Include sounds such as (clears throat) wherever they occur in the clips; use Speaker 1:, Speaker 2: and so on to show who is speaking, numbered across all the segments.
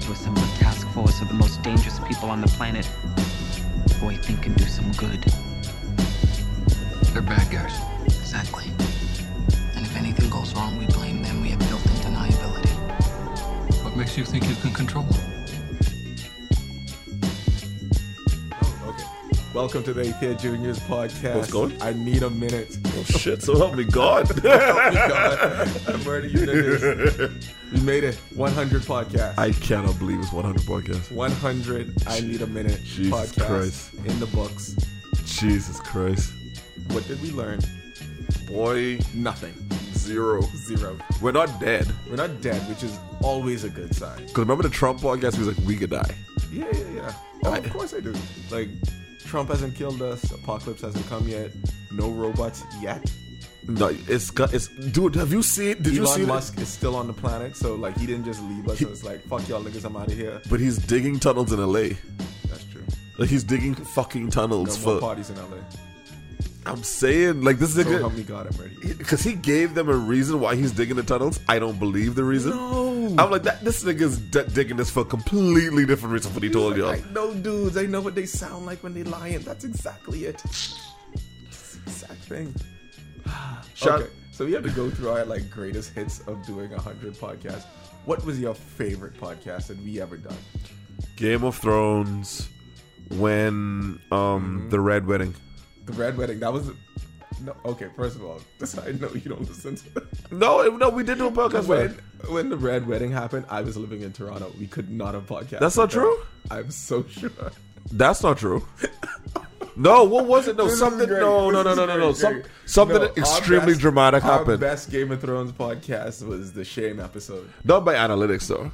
Speaker 1: to assemble a task force of the most dangerous people on the planet who I think can do some good.
Speaker 2: They're bad guys.
Speaker 3: Exactly. And if anything goes wrong, we blame them. We have built in deniability.
Speaker 2: What makes you think you can control them?
Speaker 4: Oh, okay. Welcome to the Ikea Juniors podcast.
Speaker 5: What's going?
Speaker 4: I need a minute. (laughs) Oh
Speaker 5: Oh shit! So help me God. (laughs)
Speaker 4: I'm ready. You niggas. We made it. 100 podcasts.
Speaker 5: I cannot believe it's 100 podcasts.
Speaker 4: 100 I Need a Minute
Speaker 5: Jesus
Speaker 4: podcast
Speaker 5: Christ.
Speaker 4: in the books.
Speaker 5: Jesus Christ,
Speaker 4: What did we learn?
Speaker 5: boy,
Speaker 4: Nothing.
Speaker 5: zero.
Speaker 4: Zero.
Speaker 5: We're not dead.
Speaker 4: We're not dead, which is always a good sign.
Speaker 5: Cause remember the Trump podcast? He was like, we could die.
Speaker 4: Yeah, yeah, yeah. Oh, of course I do. Like, Trump hasn't killed us. Apocalypse hasn't come yet. No robots yet.
Speaker 5: No, it's got- it's dude. Have you seen? Did you see?
Speaker 4: Elon
Speaker 5: the-
Speaker 4: Musk is still on the planet, so like he didn't just leave us.
Speaker 5: He-
Speaker 4: so it's like fuck y'all niggas, I'm out of here.
Speaker 5: But he's digging tunnels in LA.
Speaker 4: That's true.
Speaker 5: Like he's digging fucking
Speaker 4: No
Speaker 5: tunnels
Speaker 4: more
Speaker 5: for.
Speaker 4: parties in LA.
Speaker 5: I'm saying like this is a
Speaker 4: So help
Speaker 5: good.
Speaker 4: me God, I'm ready.
Speaker 5: Because he gave them a reason why he's digging the tunnels. I don't believe the reason.
Speaker 4: No.
Speaker 5: I'm like, that, this nigga's d- digging this for a completely different reason from what he told y'all.
Speaker 4: I know dudes. I know what they sound like when they lying. That's exactly it. It's the exact thing.
Speaker 5: (sighs) Shout-
Speaker 4: okay, so we had to go through our like greatest hits of doing a hundred podcasts. What was your favorite podcast that we ever done?
Speaker 5: Game of Thrones when um the Red Wedding.
Speaker 4: The Red Wedding. That was. No, okay, first of all, (laughs) this I know you don't listen to
Speaker 5: (laughs) No, it- no, we did do a podcast
Speaker 4: When,
Speaker 5: with
Speaker 4: when the red wedding happened, I was living in Toronto. We could not have podcast.
Speaker 5: That's not true?
Speaker 4: I'm so (laughs) sure.
Speaker 5: That's not true. No, what was it? No,
Speaker 4: This is
Speaker 5: something.
Speaker 4: great.
Speaker 5: No, no,
Speaker 4: This
Speaker 5: no,
Speaker 4: is
Speaker 5: no, no,
Speaker 4: great,
Speaker 5: no.
Speaker 4: great.
Speaker 5: Some, something
Speaker 4: No, our
Speaker 5: extremely
Speaker 4: best-
Speaker 5: dramatic
Speaker 4: Our
Speaker 5: happened.
Speaker 4: best Game of Thrones podcast was the Shane episode.
Speaker 5: Not by analytics though.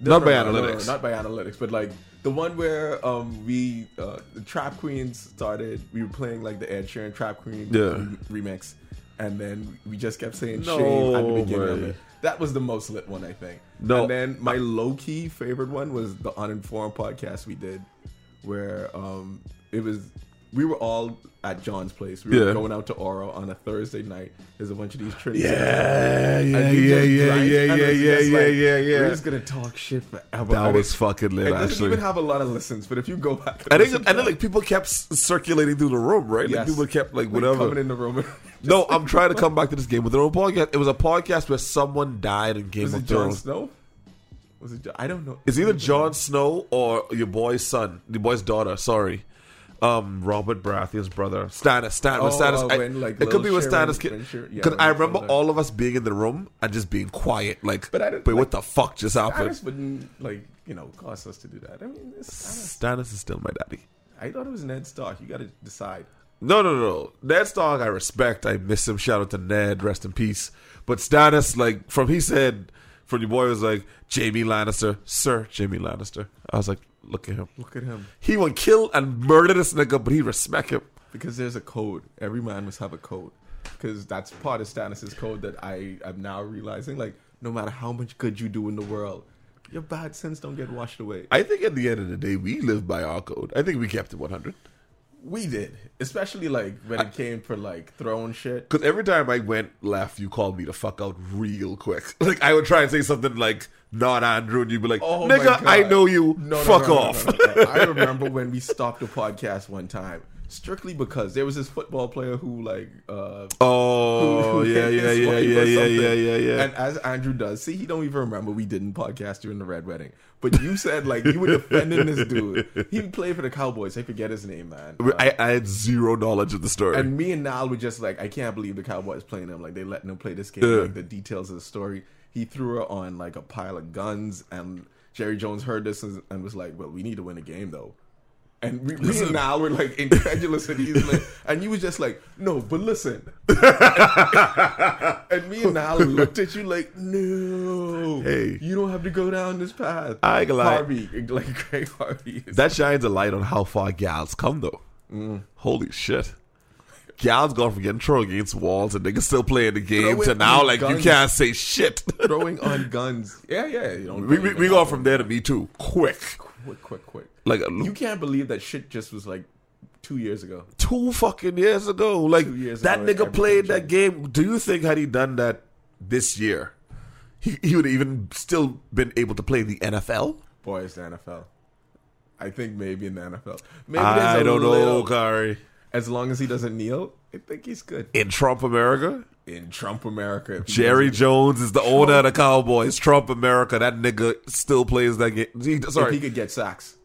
Speaker 4: No,
Speaker 5: Not
Speaker 4: no,
Speaker 5: by
Speaker 4: no, no, no,
Speaker 5: analytics.
Speaker 4: not by analytics, but like the one where um we uh, the Trap Queens started. We were playing like the Ed Sheeran Trap Queen
Speaker 5: Yeah.
Speaker 4: re- remix, and then we just kept saying
Speaker 5: No
Speaker 4: Shane at the beginning of
Speaker 5: way.
Speaker 4: it. That was the most lit one, I think.
Speaker 5: No.
Speaker 4: and then my low key favorite one was the Uninformed podcast we did, where um it was. We were all at John's place. We were
Speaker 5: Yeah.
Speaker 4: going out to Oro on a Thursday night. There's a bunch of these Trinity
Speaker 5: yeah, yeah,
Speaker 4: we
Speaker 5: yeah,
Speaker 4: just
Speaker 5: yeah,
Speaker 4: drank,
Speaker 5: yeah,
Speaker 4: and it
Speaker 5: yeah,
Speaker 4: was
Speaker 5: yeah,
Speaker 4: just
Speaker 5: yeah,
Speaker 4: like,
Speaker 5: yeah,
Speaker 4: We're
Speaker 5: yeah.
Speaker 4: just gonna talk shit forever.
Speaker 5: That
Speaker 4: And
Speaker 5: was
Speaker 4: it-
Speaker 5: fucking
Speaker 4: It
Speaker 5: lit,
Speaker 4: doesn't
Speaker 5: actually.
Speaker 4: even have a lot of listens, but if you go back,
Speaker 5: And then,
Speaker 4: listen
Speaker 5: and then,
Speaker 4: to
Speaker 5: like people kept s- circulating through the room, right?
Speaker 4: it,
Speaker 5: Like
Speaker 4: yes.
Speaker 5: people kept like
Speaker 4: Like,
Speaker 5: whatever.
Speaker 4: coming in the room. (laughs)
Speaker 5: no, I'm trying to come back to this Game of Thrones podcast. It was a podcast where someone died in Game
Speaker 4: was
Speaker 5: of
Speaker 4: it Jon
Speaker 5: Thrones.
Speaker 4: Snow? Was it? Jo- I don't know.
Speaker 5: It's either Jon Snow or your boy's son, your boy's daughter. Sorry, um, Robert Baratheon's brother, Stannis. Stannis.
Speaker 4: Oh,
Speaker 5: with Stannis
Speaker 4: uh,
Speaker 5: I-
Speaker 4: when, like,
Speaker 5: it could be
Speaker 4: Lil'
Speaker 5: with
Speaker 4: Sharon-
Speaker 5: Stannis.
Speaker 4: when Sharon- yeah,
Speaker 5: Because
Speaker 4: when
Speaker 5: I
Speaker 4: she
Speaker 5: remember
Speaker 4: was there.
Speaker 5: all of us being in the room and just being quiet, like,
Speaker 4: But
Speaker 5: but,
Speaker 4: I don't-
Speaker 5: what the fuck just happened?
Speaker 4: Stannis wouldn't like you know cost us to do that. I mean, it's Stannis.
Speaker 5: Stannis is still my daddy.
Speaker 4: I thought it was Ned Stark. You got to decide.
Speaker 5: No, no, no. Ned Stark, I respect. I miss him. Shout out to Ned. Rest in peace. But Stannis, like, from he said, from your boy was like, Jamie Lannister, Sir Jamie Lannister. I was like, look at him.
Speaker 4: Look at him
Speaker 5: He would kill and murder this nigga, but he respect him.
Speaker 4: because there's a code. Every man must have a code because that's part of Stannis's code that I am now realizing. Like, no matter how much good you do in the world, your bad sins don't get washed away.
Speaker 5: I think at the end of the day, we live by our code. I think we kept it 100.
Speaker 4: We did, especially like when it came for like throne shit.
Speaker 5: Because every time I went left, you called me to fuck out real quick. (laughs) Like, I would try and say something like, not Andrew, and you'd be like,
Speaker 4: Oh my
Speaker 5: nigga,
Speaker 4: God.
Speaker 5: I know you.
Speaker 4: No, no,
Speaker 5: fuck
Speaker 4: no, no,
Speaker 5: off.
Speaker 4: no, no, no. I remember when we stopped the podcast one time strictly because there was this football player who like uh (laughs) who
Speaker 5: Oh, yeah,
Speaker 4: hit
Speaker 5: yeah,
Speaker 4: his
Speaker 5: yeah,
Speaker 4: wife or
Speaker 5: yeah, yeah,
Speaker 4: something.
Speaker 5: yeah, yeah, yeah.
Speaker 4: And as Andrew does, see, he don't even remember we didn't podcast during the red wedding. But you said like you were defending this
Speaker 5: (laughs)
Speaker 4: dude. He played for the Cowboys. I forget his name, man. Uh,
Speaker 5: I, I had zero knowledge of the story.
Speaker 4: and me and Niall were just like, I can't believe the Cowboys playing him. Like they letting him play this game.
Speaker 5: Yeah.
Speaker 4: Like the details of the story. He threw her on like a pile of guns, and Jerry Jones heard this and, and was like, "Well, we need to win the game, though." And we, me and Niall were like incredulous, and he's
Speaker 5: (laughs)
Speaker 4: like, and you was just like, "No, but listen." and me and Niall looked at you like, "No,
Speaker 5: Hey.
Speaker 4: you don't have to go down this path."
Speaker 5: I ain't gonna lie.
Speaker 4: Harvey, like Craig Harvey. is-
Speaker 5: that shines a light on how far gals come, though.
Speaker 4: Mm.
Speaker 5: Holy shit. Gals gone from getting thrown against walls and niggas still playing the game
Speaker 4: Throw it
Speaker 5: to now,
Speaker 4: on
Speaker 5: like,
Speaker 4: guns.
Speaker 5: you can't say shit.
Speaker 4: throwing on guns. Yeah, yeah. You know,
Speaker 5: we, we, we go from there to Me Too. Quick.
Speaker 4: quick, quick, quick.
Speaker 5: Like, a-
Speaker 4: You can't believe that shit just was like two years ago.
Speaker 5: two fucking years ago. Like,
Speaker 4: Two years
Speaker 5: that
Speaker 4: ago,
Speaker 5: nigga
Speaker 4: everything
Speaker 5: played that game. Do you think, had he done that this year, he, he would have even still been able to play in the NFL?
Speaker 4: Boy, it's the NFL. I think maybe in the NFL. Maybe
Speaker 5: I
Speaker 4: there's a
Speaker 5: don't know,
Speaker 4: little-
Speaker 5: Kari.
Speaker 4: As long as he doesn't kneel, I think he's good.
Speaker 5: In Trump America,
Speaker 4: In Trump America, if he
Speaker 5: Jerry
Speaker 4: doesn't-
Speaker 5: Jones is the owner of the Cowboys. Trump America, that nigga still plays that game. He-
Speaker 4: if he
Speaker 5: sorry, Mm.
Speaker 4: could get sacks.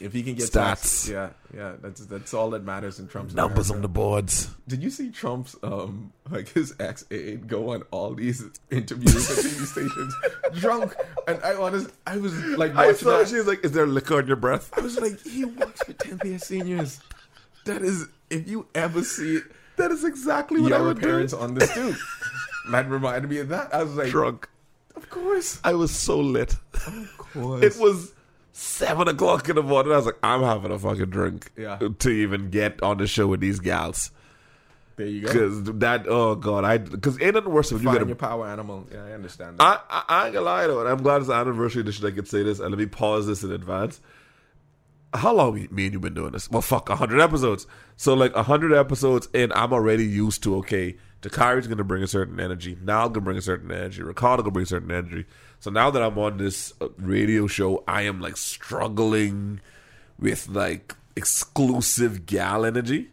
Speaker 4: If he can get
Speaker 5: Stats.
Speaker 4: sacks, yeah, yeah, that's that's all that matters in Trump's
Speaker 5: numbers
Speaker 4: America.
Speaker 5: on the boards.
Speaker 4: Did you see Trump's um like his ex aide go on all these interviews at TV
Speaker 5: (laughs)
Speaker 4: stations drunk? And I honest, I was like,
Speaker 5: I
Speaker 4: watching
Speaker 5: saw
Speaker 4: that.
Speaker 5: she was like, "Is there liquor on your breath?"
Speaker 4: I was like, he works for 10th year seniors. That is, if you ever see it,
Speaker 5: That is exactly (laughs) what I
Speaker 4: your
Speaker 5: would do.
Speaker 4: appearance on this
Speaker 5: (laughs)
Speaker 4: dude, that reminded me of that. I was like,
Speaker 5: Drunk.
Speaker 4: of course,
Speaker 5: I was so lit.
Speaker 4: of course.
Speaker 5: It was seven o'clock in the morning. I was like, "I'm having a fucking drink."
Speaker 4: Yeah.
Speaker 5: To even get on the show with these gals,
Speaker 4: there you go.
Speaker 5: because that oh god, I because ain't nothing worse if you
Speaker 4: Find
Speaker 5: get a
Speaker 4: your power animal. Yeah, I understand that.
Speaker 5: I, I, I ain't gonna lie though, and I'm glad it's an anniversary edition. I can say this, and let me pause this in advance. How long we, me and you been doing this? Well, fuck, hundred episodes. So like hundred episodes in, I'm already used to okay. Takari's gonna bring a certain energy. Now gonna bring a certain energy. Ricardo gonna bring a certain energy. So now that I'm on this uh, radio show, I am like struggling with like exclusive gal energy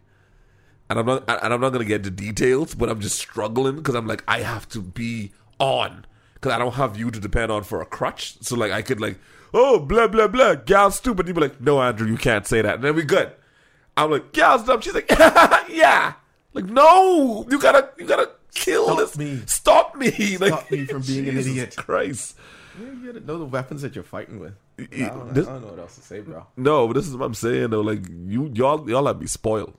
Speaker 5: and I'm not and I'm not gonna get the details, but I'm just struggling because I'm like I have to be on because I don't have you to depend on for a crutch. So like I could like oh blah blah blah gal stupid. You be like no Andrew you can't say that. And then we good. I'm like gal dumb. She's like (laughs) yeah. Like no you gotta you gotta kill this
Speaker 4: me.
Speaker 5: stop me (laughs) stop like,
Speaker 4: me from being an
Speaker 5: Jesus
Speaker 4: idiot.
Speaker 5: Christ.
Speaker 4: Yeah, you gotta know the weapons that you're fighting with. I
Speaker 5: Ah. y-
Speaker 4: don't,
Speaker 5: this-
Speaker 4: I don't know what else to say, bro.
Speaker 5: No, but this is what I'm saying though. Like you y'all y'all have me spoiled.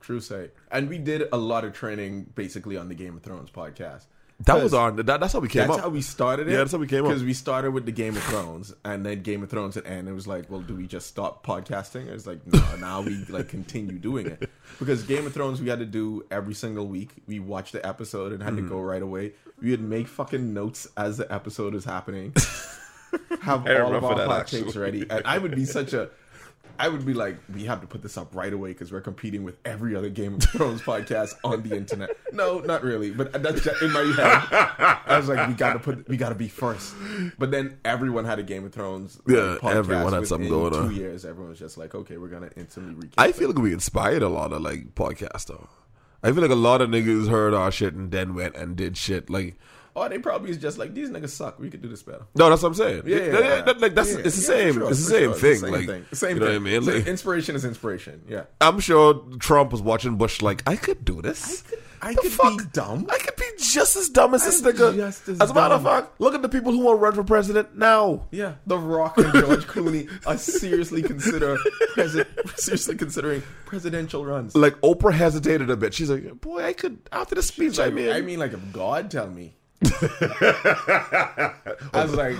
Speaker 4: True say. And we did a lot of training basically on the Game of Thrones podcast.
Speaker 5: That was
Speaker 4: Because
Speaker 5: our that, that's how we came
Speaker 4: That's
Speaker 5: up.
Speaker 4: how we started it.
Speaker 5: Yeah, that's how we came up.
Speaker 4: Because we started with the Game of Thrones, and then Game of Thrones at end. It was like, well, do we just stop podcasting? It's like, no, now we like continue doing it because Game of Thrones we had to do every single week. We watched the episode and
Speaker 5: Mm-hmm.
Speaker 4: had to go right away. We would make fucking notes as the episode is happening. Have
Speaker 5: I
Speaker 4: all of
Speaker 5: remember
Speaker 4: our
Speaker 5: that,
Speaker 4: hot
Speaker 5: actually.
Speaker 4: takes
Speaker 5: (laughs)
Speaker 4: ready, and I would be such a. I would be like, we have to put this up right away because we're competing with every other Game of Thrones (laughs) podcast on the internet. No, not really, but that's just in my head. I was like, we got to put, we got to be first. But then everyone had a Game of Thrones. like,
Speaker 5: Yeah, everyone had something
Speaker 4: within
Speaker 5: going on.
Speaker 4: Two years, everyone was just like, okay, we're gonna instantly recap.
Speaker 5: I
Speaker 4: it.
Speaker 5: feel like we inspired a lot of like podcasts though. I feel like a lot of niggas heard our shit and then went and did shit. Like
Speaker 4: or Oh, they probably is just like, these niggas suck. We could do this better.
Speaker 5: no, that's what I'm saying.
Speaker 4: Yeah, yeah, yeah.
Speaker 5: that- like that's
Speaker 4: Yeah,
Speaker 5: it's the
Speaker 4: yeah,
Speaker 5: same.
Speaker 4: for sure,
Speaker 5: it's the
Speaker 4: for
Speaker 5: same
Speaker 4: sure.
Speaker 5: thing.
Speaker 4: Same
Speaker 5: like
Speaker 4: thing. Same
Speaker 5: you know
Speaker 4: thing.
Speaker 5: what I mean.
Speaker 4: So
Speaker 5: Like,
Speaker 4: inspiration is inspiration. Yeah.
Speaker 5: I'm sure Trump was watching Bush. Like I could do this.
Speaker 4: I
Speaker 5: The
Speaker 4: could be
Speaker 5: fuck?
Speaker 4: dumb.
Speaker 5: I could be just as dumb as this
Speaker 4: I'm
Speaker 5: nigga.
Speaker 4: just as
Speaker 5: as a matter of
Speaker 4: dumb.
Speaker 5: fact, look at the people who want to run for president now.
Speaker 4: Yeah, The Rock and George Clooney are seriously consider presi- seriously considering presidential runs.
Speaker 5: Like Oprah hesitated a bit. She's like, "Boy, I could." After the speech, I
Speaker 4: I
Speaker 5: mean,
Speaker 4: mean, I mean, like if God tell me, I was like,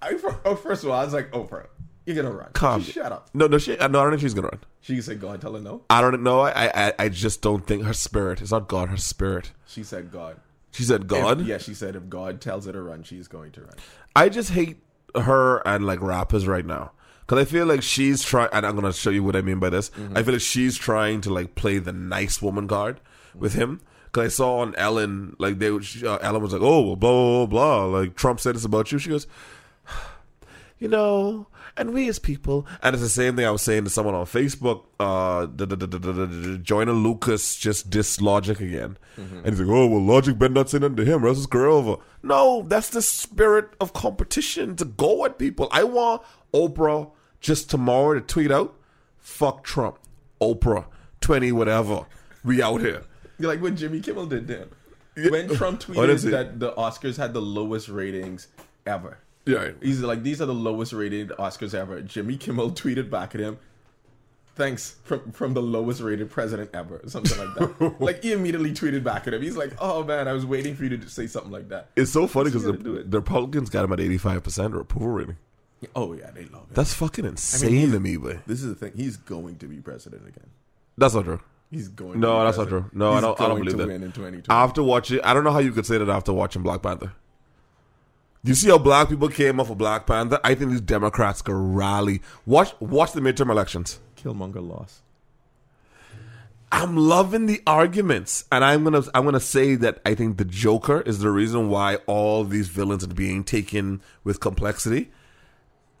Speaker 4: I, oh, first of all, I was like, Oprah, you're gonna run.
Speaker 5: calm.
Speaker 4: Just shut up.
Speaker 5: No, no, she. No, I don't think she's gonna run.
Speaker 4: She said, God tell her no.
Speaker 5: I don't know. I, I I just don't think her spirit. It's not God. Her spirit.
Speaker 4: She said, God.
Speaker 5: She said
Speaker 4: If-
Speaker 5: God.
Speaker 4: yeah, she said if God tells her to run, she's going to run.
Speaker 5: I just hate her and like rappers right now because I feel like she's trying. And I'm gonna show you what I mean by this.
Speaker 4: Mm-hmm.
Speaker 5: I feel like she's trying to like play the nice woman card with him. Because I saw on Ellen, like they, was- she- uh, Ellen was like, "Oh, well, blah, blah blah blah," like Trump said this about you. She goes, you know, and we as people. And it's the same thing I was saying to someone on Facebook. Uh, da- da- da- da- da- da- da- Joyner Lucas just dissed Logic again,
Speaker 4: Mm-hmm.
Speaker 5: and he's like, "Oh well, Logic better not say nothing to him, or else his career over." No, that's the spirit of competition to go at people. I want Oprah just tomorrow to tweet out, "Fuck Trump, Oprah, twenty whatever, we out here."
Speaker 4: You're like what Jimmy Kimmel did then. When Trump tweeted
Speaker 5: Honestly.
Speaker 4: that the Oscars had the lowest ratings ever.
Speaker 5: Yeah.
Speaker 4: He's like, these are the lowest rated Oscars ever. Jimmy Kimmel (laughs) tweeted back at him, thanks from, from the lowest rated president ever. or Something like
Speaker 5: (laughs)
Speaker 4: that. like, he immediately tweeted back at him. He's like, oh man, I was waiting for you to say something like that.
Speaker 5: It's so funny because
Speaker 4: She
Speaker 5: the,
Speaker 4: gotta do it.
Speaker 5: the Republicans got him at eighty five percent approval rating.
Speaker 4: Oh yeah, they love it.
Speaker 5: That's fucking insane to me, but
Speaker 4: this is the thing. He's going to be president again.
Speaker 5: that's not true.
Speaker 4: He's going to
Speaker 5: No,
Speaker 4: be
Speaker 5: that's not true.
Speaker 4: president.
Speaker 5: No, I
Speaker 4: He's
Speaker 5: don't. I don't
Speaker 4: going
Speaker 5: believe
Speaker 4: to
Speaker 5: that.
Speaker 4: win in 2020.
Speaker 5: After watching, I don't know how you could say that after watching Black Panther. You see how black people came off of Black Panther? I think these Democrats could rally. Watch, watch the midterm elections.
Speaker 4: Killmonger lost.
Speaker 5: I'm loving the arguments, and I'm gonna I'm gonna say that I think the Joker is the reason why all these villains are being taken with complexity.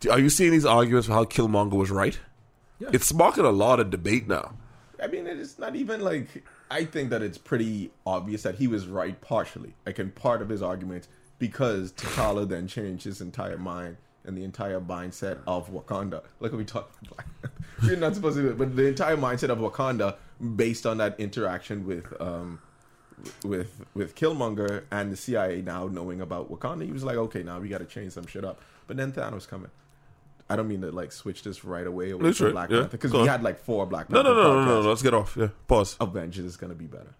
Speaker 5: Do- Are you seeing these arguments for how Killmonger was right?
Speaker 4: Yeah.
Speaker 5: It's sparking a lot of debate now.
Speaker 4: I mean, it's not even like I think that it's pretty obvious that he was right partially, like in part of his argument, because T'Challa then changed his entire mind and the entire mindset of Wakanda. Like we talked, (laughs) we're not supposed to, do it, but the entire mindset of Wakanda based on that interaction with um with with Killmonger and the CIA now knowing about Wakanda, he was like, okay, now we got to change some shit up. But then Thanos coming. I don't mean to like switch this right away away
Speaker 5: That's
Speaker 4: from
Speaker 5: right,
Speaker 4: Black
Speaker 5: yeah.
Speaker 4: Panther because
Speaker 5: Go
Speaker 4: we
Speaker 5: on.
Speaker 4: had like four Black
Speaker 5: No,
Speaker 4: Panther.
Speaker 5: no, no, no, no,
Speaker 4: podcasts.
Speaker 5: no. Let's get off. Yeah, pause.
Speaker 4: Avengers is gonna be better.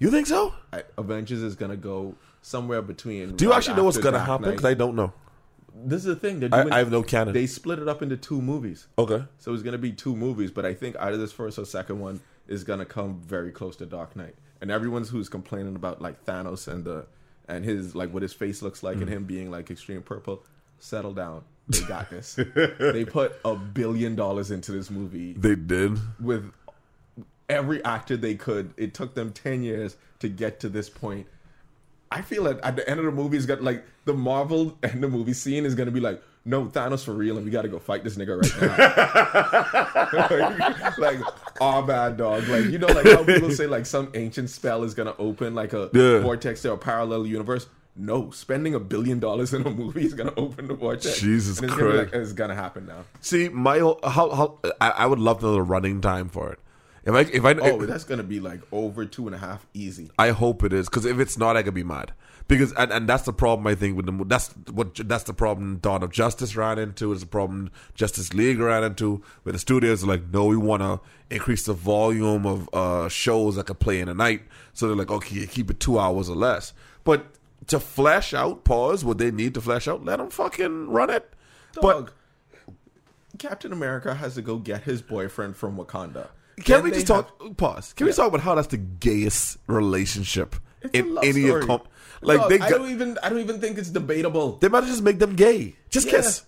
Speaker 5: You think so?
Speaker 4: I, Avengers is gonna go somewhere between.
Speaker 5: Do you
Speaker 4: right
Speaker 5: actually know what's
Speaker 4: after
Speaker 5: gonna
Speaker 4: Dark
Speaker 5: happen?
Speaker 4: Knight.
Speaker 5: Because I don't know.
Speaker 4: this is the thing. They're
Speaker 5: I-
Speaker 4: doing,
Speaker 5: I have no canon.
Speaker 4: They split it up into two movies.
Speaker 5: Okay.
Speaker 4: So it's gonna be two movies, but I think either this first or second one is gonna come very close to Dark Knight. And everyone's who's complaining about like Thanos and the and his like what his face looks like
Speaker 5: Mm.
Speaker 4: and him being like extreme purple, settle down. They got
Speaker 5: (laughs)
Speaker 4: this. they put a billion dollars into this movie
Speaker 5: They did.
Speaker 4: with every actor they could. It took them ten years to get to this point. I feel that at the end of the movie is got like the Marvel and the movie scene is gonna be like, no, Thanos for real, and we gotta go fight this nigga right now. (laughs) like, our bad dog. Like, you know, like how people say like some ancient spell is gonna open like a
Speaker 5: Yeah.
Speaker 4: vortex to a parallel universe. No, spending a billion dollars in a movie is gonna open the vortex.
Speaker 5: Jesus
Speaker 4: and it's gonna be
Speaker 5: Christ.
Speaker 4: like, it's gonna happen now.
Speaker 5: See, my whole- how how I, I would love to know the running time for it. If I if I
Speaker 4: Oh, that's gonna be like over two and a half easy.
Speaker 5: I hope it is because if it's not, I could be mad. Because and, and that's the problem I think with the mo- that's what that's the problem Dawn of Justice ran into. It's the problem Justice League ran into where the studios are like, no, we want to increase the volume of uh, shows that could play in a night. So they're like, okay, keep it two hours or less. But to flesh out, pause what they need to flesh out. Let them fucking run it.
Speaker 4: Dog. Captain America has to go get his boyfriend from Wakanda.
Speaker 5: But can
Speaker 4: Then
Speaker 5: we
Speaker 4: they
Speaker 5: just
Speaker 4: have-
Speaker 5: talk? pause. Can we talk about how that's the gayest relationship
Speaker 4: It's a
Speaker 5: in
Speaker 4: love
Speaker 5: any
Speaker 4: story.
Speaker 5: of comp? Like
Speaker 4: Dog,
Speaker 5: they
Speaker 4: I
Speaker 5: got-
Speaker 4: don't even. I don't even think it's debatable.
Speaker 5: They might just make them gay. Just
Speaker 4: Yeah.
Speaker 5: kiss.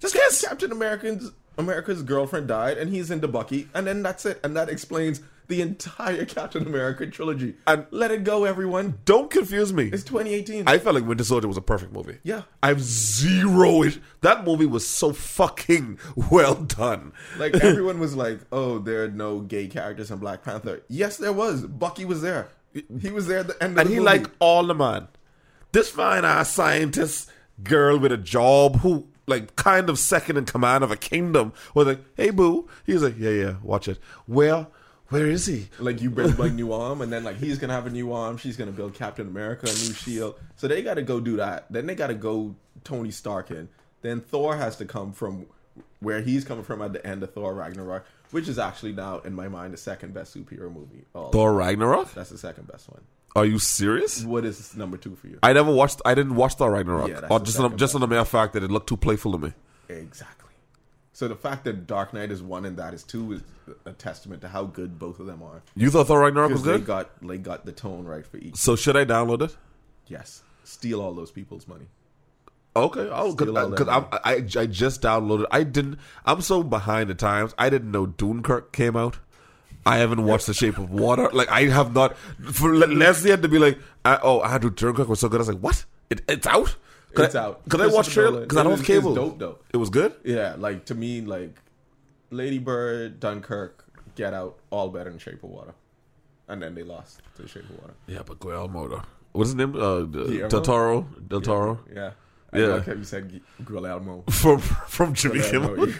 Speaker 5: Just kiss.
Speaker 4: Captain America's America's girlfriend died, and he's into Bucky, and then that's it, and that explains the entire Captain America trilogy.
Speaker 5: And-
Speaker 4: let it go, everyone.
Speaker 5: Don't confuse me.
Speaker 4: It's 2018.
Speaker 5: I felt like Winter Soldier was a perfect movie.
Speaker 4: (laughs) Yeah.
Speaker 5: I have zero. It- that movie was so fucking well done.
Speaker 4: like everyone was like, "Oh, there are no gay characters in Black Panther." Yes, there was. Bucky was there. He was there at the end of
Speaker 5: and
Speaker 4: the
Speaker 5: he
Speaker 4: movie.
Speaker 5: like all the man. This fine ass scientist girl with a job who like kind of second in command of a kingdom was like, hey boo. He was like, yeah yeah, watch it. Where, where is he?
Speaker 4: like you bring my new arm and then like he's gonna have a new arm she's gonna build captain america a new shield so they gotta go do that then they gotta go tony stark in then thor has to come from where he's coming from at the end of thor ragnarok which is actually now in my mind the second best superhero movie oh,
Speaker 5: Thor Ragnarok?
Speaker 4: that's the second best one
Speaker 5: Are you serious?
Speaker 4: what is number two for you
Speaker 5: I never watched. I didn't watch Thor Ragnarok.
Speaker 4: Yeah, that's
Speaker 5: or
Speaker 4: the
Speaker 5: just on,
Speaker 4: second
Speaker 5: just on the mere fact that it looked too playful to me.
Speaker 4: exactly so the fact that dark knight is one and that is two is a testament to how good both of them are
Speaker 5: You thought Thor Ragnarok was
Speaker 4: because they
Speaker 5: good?
Speaker 4: got they got the tone right for each
Speaker 5: so should I download it?
Speaker 4: yes steal all those people's money
Speaker 5: Okay, I'll
Speaker 4: Steal all
Speaker 5: because
Speaker 4: that
Speaker 5: I, I I just downloaded. I didn't. I'm so behind the times. I didn't know Dunkirk came out. I haven't watched The Shape of Water. Like I have not. For Le- Leslie had to be like, I, "Oh, Andrew Dunkirk was so good." I was like, "What? It, it's out? Could
Speaker 4: It's
Speaker 5: I,
Speaker 4: out.
Speaker 5: Because I watched
Speaker 4: Christopher
Speaker 5: trailer.
Speaker 4: Nolan.
Speaker 5: Because I
Speaker 4: It
Speaker 5: don't
Speaker 4: is-
Speaker 5: have cable.
Speaker 4: it's dope, though.
Speaker 5: It was good.
Speaker 4: Yeah, like to me, like Lady Bird, Dunkirk, Get Out, all better than Shape of Water, and then they lost to Shape of Water.
Speaker 5: Yeah, but Guillermo. though. What's his name? Uh, d-
Speaker 4: Guillermo?
Speaker 5: Del Toro. Del Toro
Speaker 4: Yeah, I
Speaker 5: Yeah.
Speaker 4: like how you said Gu- Guillermo.
Speaker 5: (laughs) from from Jimmy Kimmel.
Speaker 4: Guillermo.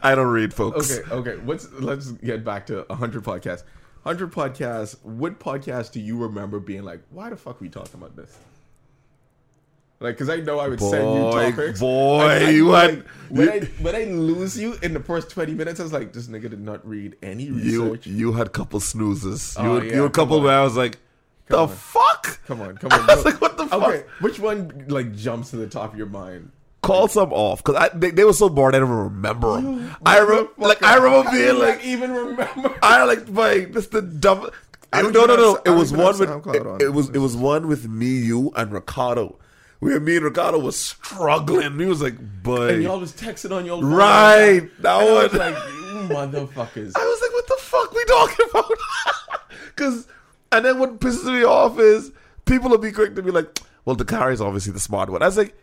Speaker 5: I don't read, folks.
Speaker 4: okay, okay. What's let's get back to hundred podcasts. Hundred podcasts. What podcast do you remember being like? Why the fuck we talking about this? Like, cause I know I would send you
Speaker 5: Boy,
Speaker 4: topics.
Speaker 5: boy,
Speaker 4: I- I-
Speaker 5: you
Speaker 4: like,
Speaker 5: had-
Speaker 4: when
Speaker 5: you-
Speaker 4: I when I lose you in the first twenty minutes, I was like, this nigga did not read any
Speaker 5: You
Speaker 4: research.
Speaker 5: you had couple snoozes.
Speaker 4: Oh,
Speaker 5: you had,
Speaker 4: yeah,
Speaker 5: you had a
Speaker 4: come
Speaker 5: couple
Speaker 4: on.
Speaker 5: where I was like, the
Speaker 4: Come on.
Speaker 5: fuck?
Speaker 4: Come
Speaker 5: (laughs)
Speaker 4: on, come on.
Speaker 5: I was like, what the
Speaker 4: Okay,
Speaker 5: fuck?
Speaker 4: which one like jumps to the top of your mind?
Speaker 5: Call some off because they, they were so bored I don't even remember them. I re- like I remember
Speaker 4: do
Speaker 5: being
Speaker 4: you
Speaker 5: like
Speaker 4: even remember.
Speaker 5: I like like this the dumb.
Speaker 4: I
Speaker 5: I
Speaker 4: don't
Speaker 5: no no
Speaker 4: even
Speaker 5: no.
Speaker 4: have- I
Speaker 5: It
Speaker 4: don't
Speaker 5: was
Speaker 4: even
Speaker 5: one
Speaker 4: have
Speaker 5: with
Speaker 4: SoundCloud on.
Speaker 5: it, it was it was one with me, you, and Ricardo. Where me and Ricardo was struggling. He was like,
Speaker 4: And
Speaker 5: "But
Speaker 4: y'all was texting on your
Speaker 5: Right, that
Speaker 4: and I was
Speaker 5: one. (laughs)
Speaker 4: like you motherfuckers.
Speaker 5: I was like, what the fuck? fuck we talking about? (laughs) Because and then what pisses me off is people will be quick to be like, "Well, Dakari's obviously the smart one." I was like,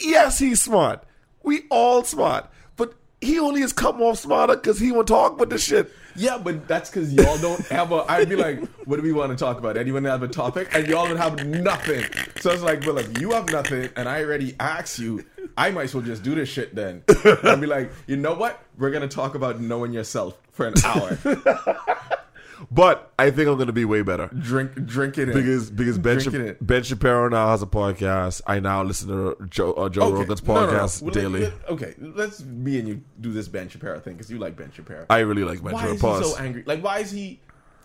Speaker 5: "Yes, he's smart. We all smart, but he only has come off smarter because he won't talk with this shit."
Speaker 4: Yeah, but that's because y'all don't ever. I'd be like, "What do we want to talk about? Anyone have a topic?" And y'all would have nothing. So it's like, "Well, if you have nothing, and I already asked you, I might as well just do this shit then." I'd be like, "You know what? We're gonna talk about knowing yourself for an hour.
Speaker 5: But I think I'm gonna be way better.
Speaker 4: Drink, drink it in.
Speaker 5: Because because Ben,
Speaker 4: Drinking
Speaker 5: Shap-
Speaker 4: it.
Speaker 5: ben Shapiro now has a podcast. I now listen to Joe, uh, Joe Rogan's
Speaker 4: No, no, no.
Speaker 5: podcast
Speaker 4: Well, let-
Speaker 5: daily.
Speaker 4: let- okay, let's me and you do this Ben Shapiro thing because you like Ben Shapiro.
Speaker 5: I really like Ben
Speaker 4: why
Speaker 5: Shapiro.
Speaker 4: is
Speaker 5: Pause.
Speaker 4: he so angry? Like, why is he?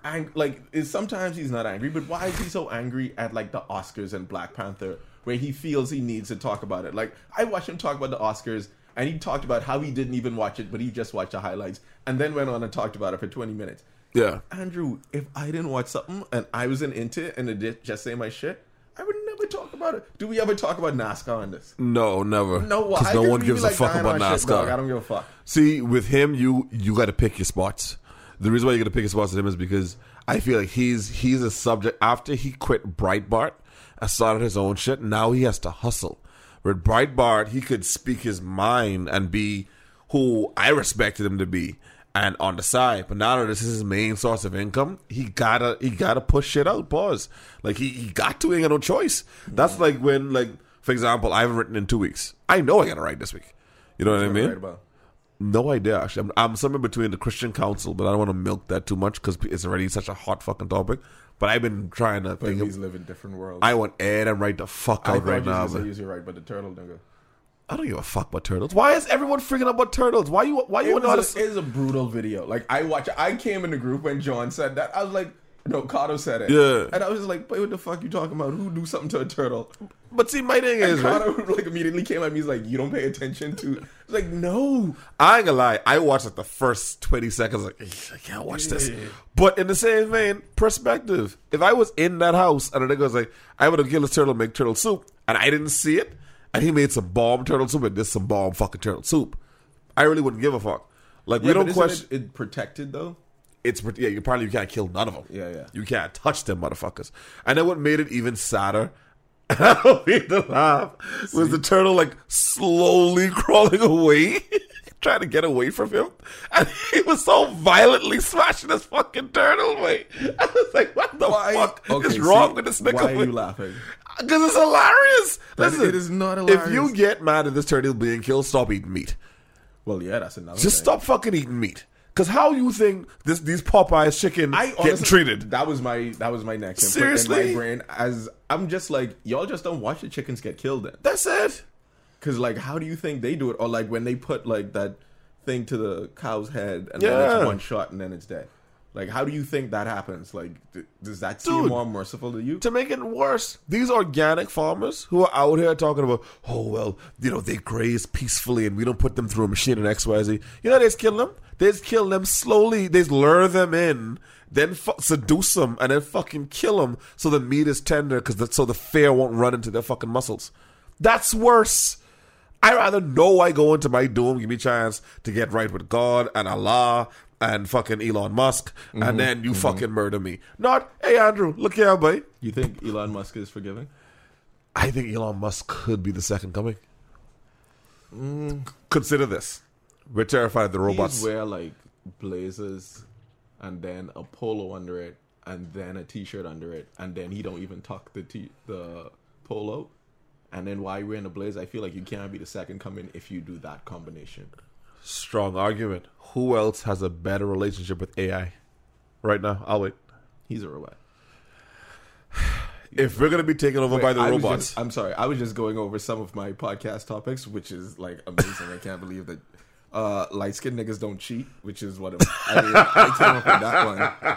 Speaker 4: Ang- like, is, sometimes he's not angry, but why is he so angry at like the Oscars and Black Panther, where he feels he needs to talk about it? Like, I watched him talk about the Oscars, and he talked about how he didn't even watch it, but he just watched the highlights, and then went on and talked about it for twenty minutes.
Speaker 5: yeah.
Speaker 4: Andrew, if I didn't watch something and I wasn't into it and it did just say my shit, I would never talk about it. Do we ever talk about NASCAR on this?
Speaker 5: No, never.
Speaker 4: No, why?
Speaker 5: Because
Speaker 4: I
Speaker 5: no
Speaker 4: could
Speaker 5: one
Speaker 4: be
Speaker 5: gives
Speaker 4: like,
Speaker 5: a fuck
Speaker 4: nah,
Speaker 5: about
Speaker 4: nah,
Speaker 5: NASCAR.
Speaker 4: shit, dog, I don't give a fuck.
Speaker 5: See, with him, you you got to pick your spots. The reason why you got to pick your spots with him is because I feel like he's he's a subject. After he quit Breitbart and started his own shit, now he has to hustle. With Breitbart, he could speak his mind and be who I respected him to be, and on the side. But now that this is his main source of income, he gotta he gotta push shit out. Pause. Like he, he got to. He ain't got no choice. That's like when like for example, I haven't written in two weeks. I know I gotta write this week. You know what I mean?
Speaker 4: Right about.
Speaker 5: No idea. Actually, I'm, I'm somewhere between the Christian Council, but I don't want to milk that too much because it's already such a hot fucking topic. But I've been trying to
Speaker 4: But
Speaker 5: think.
Speaker 4: these
Speaker 5: Of,
Speaker 4: live in different worlds.
Speaker 5: I want Ed and right the fuck
Speaker 4: I
Speaker 5: out
Speaker 4: thought
Speaker 5: right
Speaker 4: you
Speaker 5: now.
Speaker 4: was gonna
Speaker 5: but-
Speaker 4: say you're right, but the turtle nigga.
Speaker 5: I don't give a fuck about turtles. Why is everyone freaking out about turtles? Why you? Why you
Speaker 4: It
Speaker 5: want to? know how
Speaker 4: was, a,
Speaker 5: to-
Speaker 4: it was a brutal video. Like I watch, I came in the group when John said that. I was like, no, Kato said it.
Speaker 5: Yeah.
Speaker 4: and I was like, wait, what the fuck you talking about? Who do something to a turtle?
Speaker 5: But see, my thing is, right?
Speaker 4: Kato (laughs) like immediately came at me. He's like, you don't pay attention to. I was like, no,
Speaker 5: I ain't gonna lie. I watched like the first twenty seconds. Like "Eesh, I can't watch this. But in the same vein, perspective. If I was in that house and a nigga was like, "I would have killed this turtle, and make turtle soup," and I didn't see it, and he made some bomb turtle soup, and this some bomb fucking turtle soup, I really wouldn't give a fuck. Like we
Speaker 4: Yeah, but
Speaker 5: don't
Speaker 4: isn't
Speaker 5: question.
Speaker 4: It, it protected though.
Speaker 5: it's yeah. You probably you can't kill none of them.
Speaker 4: Yeah, yeah.
Speaker 5: You can't touch them, motherfuckers. And then what made it even sadder. (laughs) I don't mean to laugh. Was the turtle like slowly (laughs) crawling away, (laughs) trying to get away from him? And he was so violently smashing this fucking turtle, mate. (laughs) I was like, what the
Speaker 4: Why?
Speaker 5: fuck is
Speaker 4: Okay,
Speaker 5: wrong
Speaker 4: see,
Speaker 5: with this nigga?
Speaker 4: Why are you laughing?
Speaker 5: Because it's hilarious.
Speaker 4: That-
Speaker 5: Listen,
Speaker 4: it is not
Speaker 5: If you
Speaker 4: hilarious.
Speaker 5: get mad at this turtle being killed, stop eating meat.
Speaker 4: Well, yeah, that's another.
Speaker 5: Just
Speaker 4: thing.
Speaker 5: stop fucking eating meat. Because how you think this these Popeyes chicken
Speaker 4: I
Speaker 5: get
Speaker 4: honestly,
Speaker 5: treated?
Speaker 4: That was my that was my next input in
Speaker 5: Seriously?
Speaker 4: my brain. As I'm just like y'all just don't watch the chickens get killed then.
Speaker 5: That's it.
Speaker 4: Cause like, how do you think they do it? Or like when they put like that thing to the cow's head and then
Speaker 5: Yeah.
Speaker 4: it's one shot and then it's dead. Like, how do you think that happens? Like, th- does that seem
Speaker 5: Dude.
Speaker 4: more merciful to you?
Speaker 5: to make it worse, these organic farmers who are out here talking about, oh well, you know, they graze peacefully and we don't put them through a machine and X, Y, Z. You know, how they just kill them. They just kill them slowly. They just lure them in, then fu- seduce them, and then fucking kill them so the meat is tender because so the fare won't run into their fucking muscles. That's worse. I rather know I go into my doom, give me a chance to get right with God and Allah and fucking Elon Musk, and then you fucking murder me. Not, hey Andrew, look here, boy.
Speaker 4: You think Elon Musk is forgiving?
Speaker 5: I think Elon Musk could be the second coming. C- Consider this: we're terrified of the
Speaker 4: He's
Speaker 5: robots.
Speaker 4: wear like blazers, and then a polo under it, and then a t-shirt under it, and then he don't even tuck the t- the polo. And then while you're wearing a blazer, I feel like you can't be the second coming if you do that combination.
Speaker 5: Strong argument. Who else has a better relationship with AI right now? I'll wait.
Speaker 4: He's a robot.
Speaker 5: If we're gonna be taken over by the
Speaker 4: I was
Speaker 5: robots,
Speaker 4: just- I'm sorry. I was just going over some of my podcast topics, which is like amazing. I can't believe that uh, light skinned niggas don't cheat, which is what I, mean, I came up with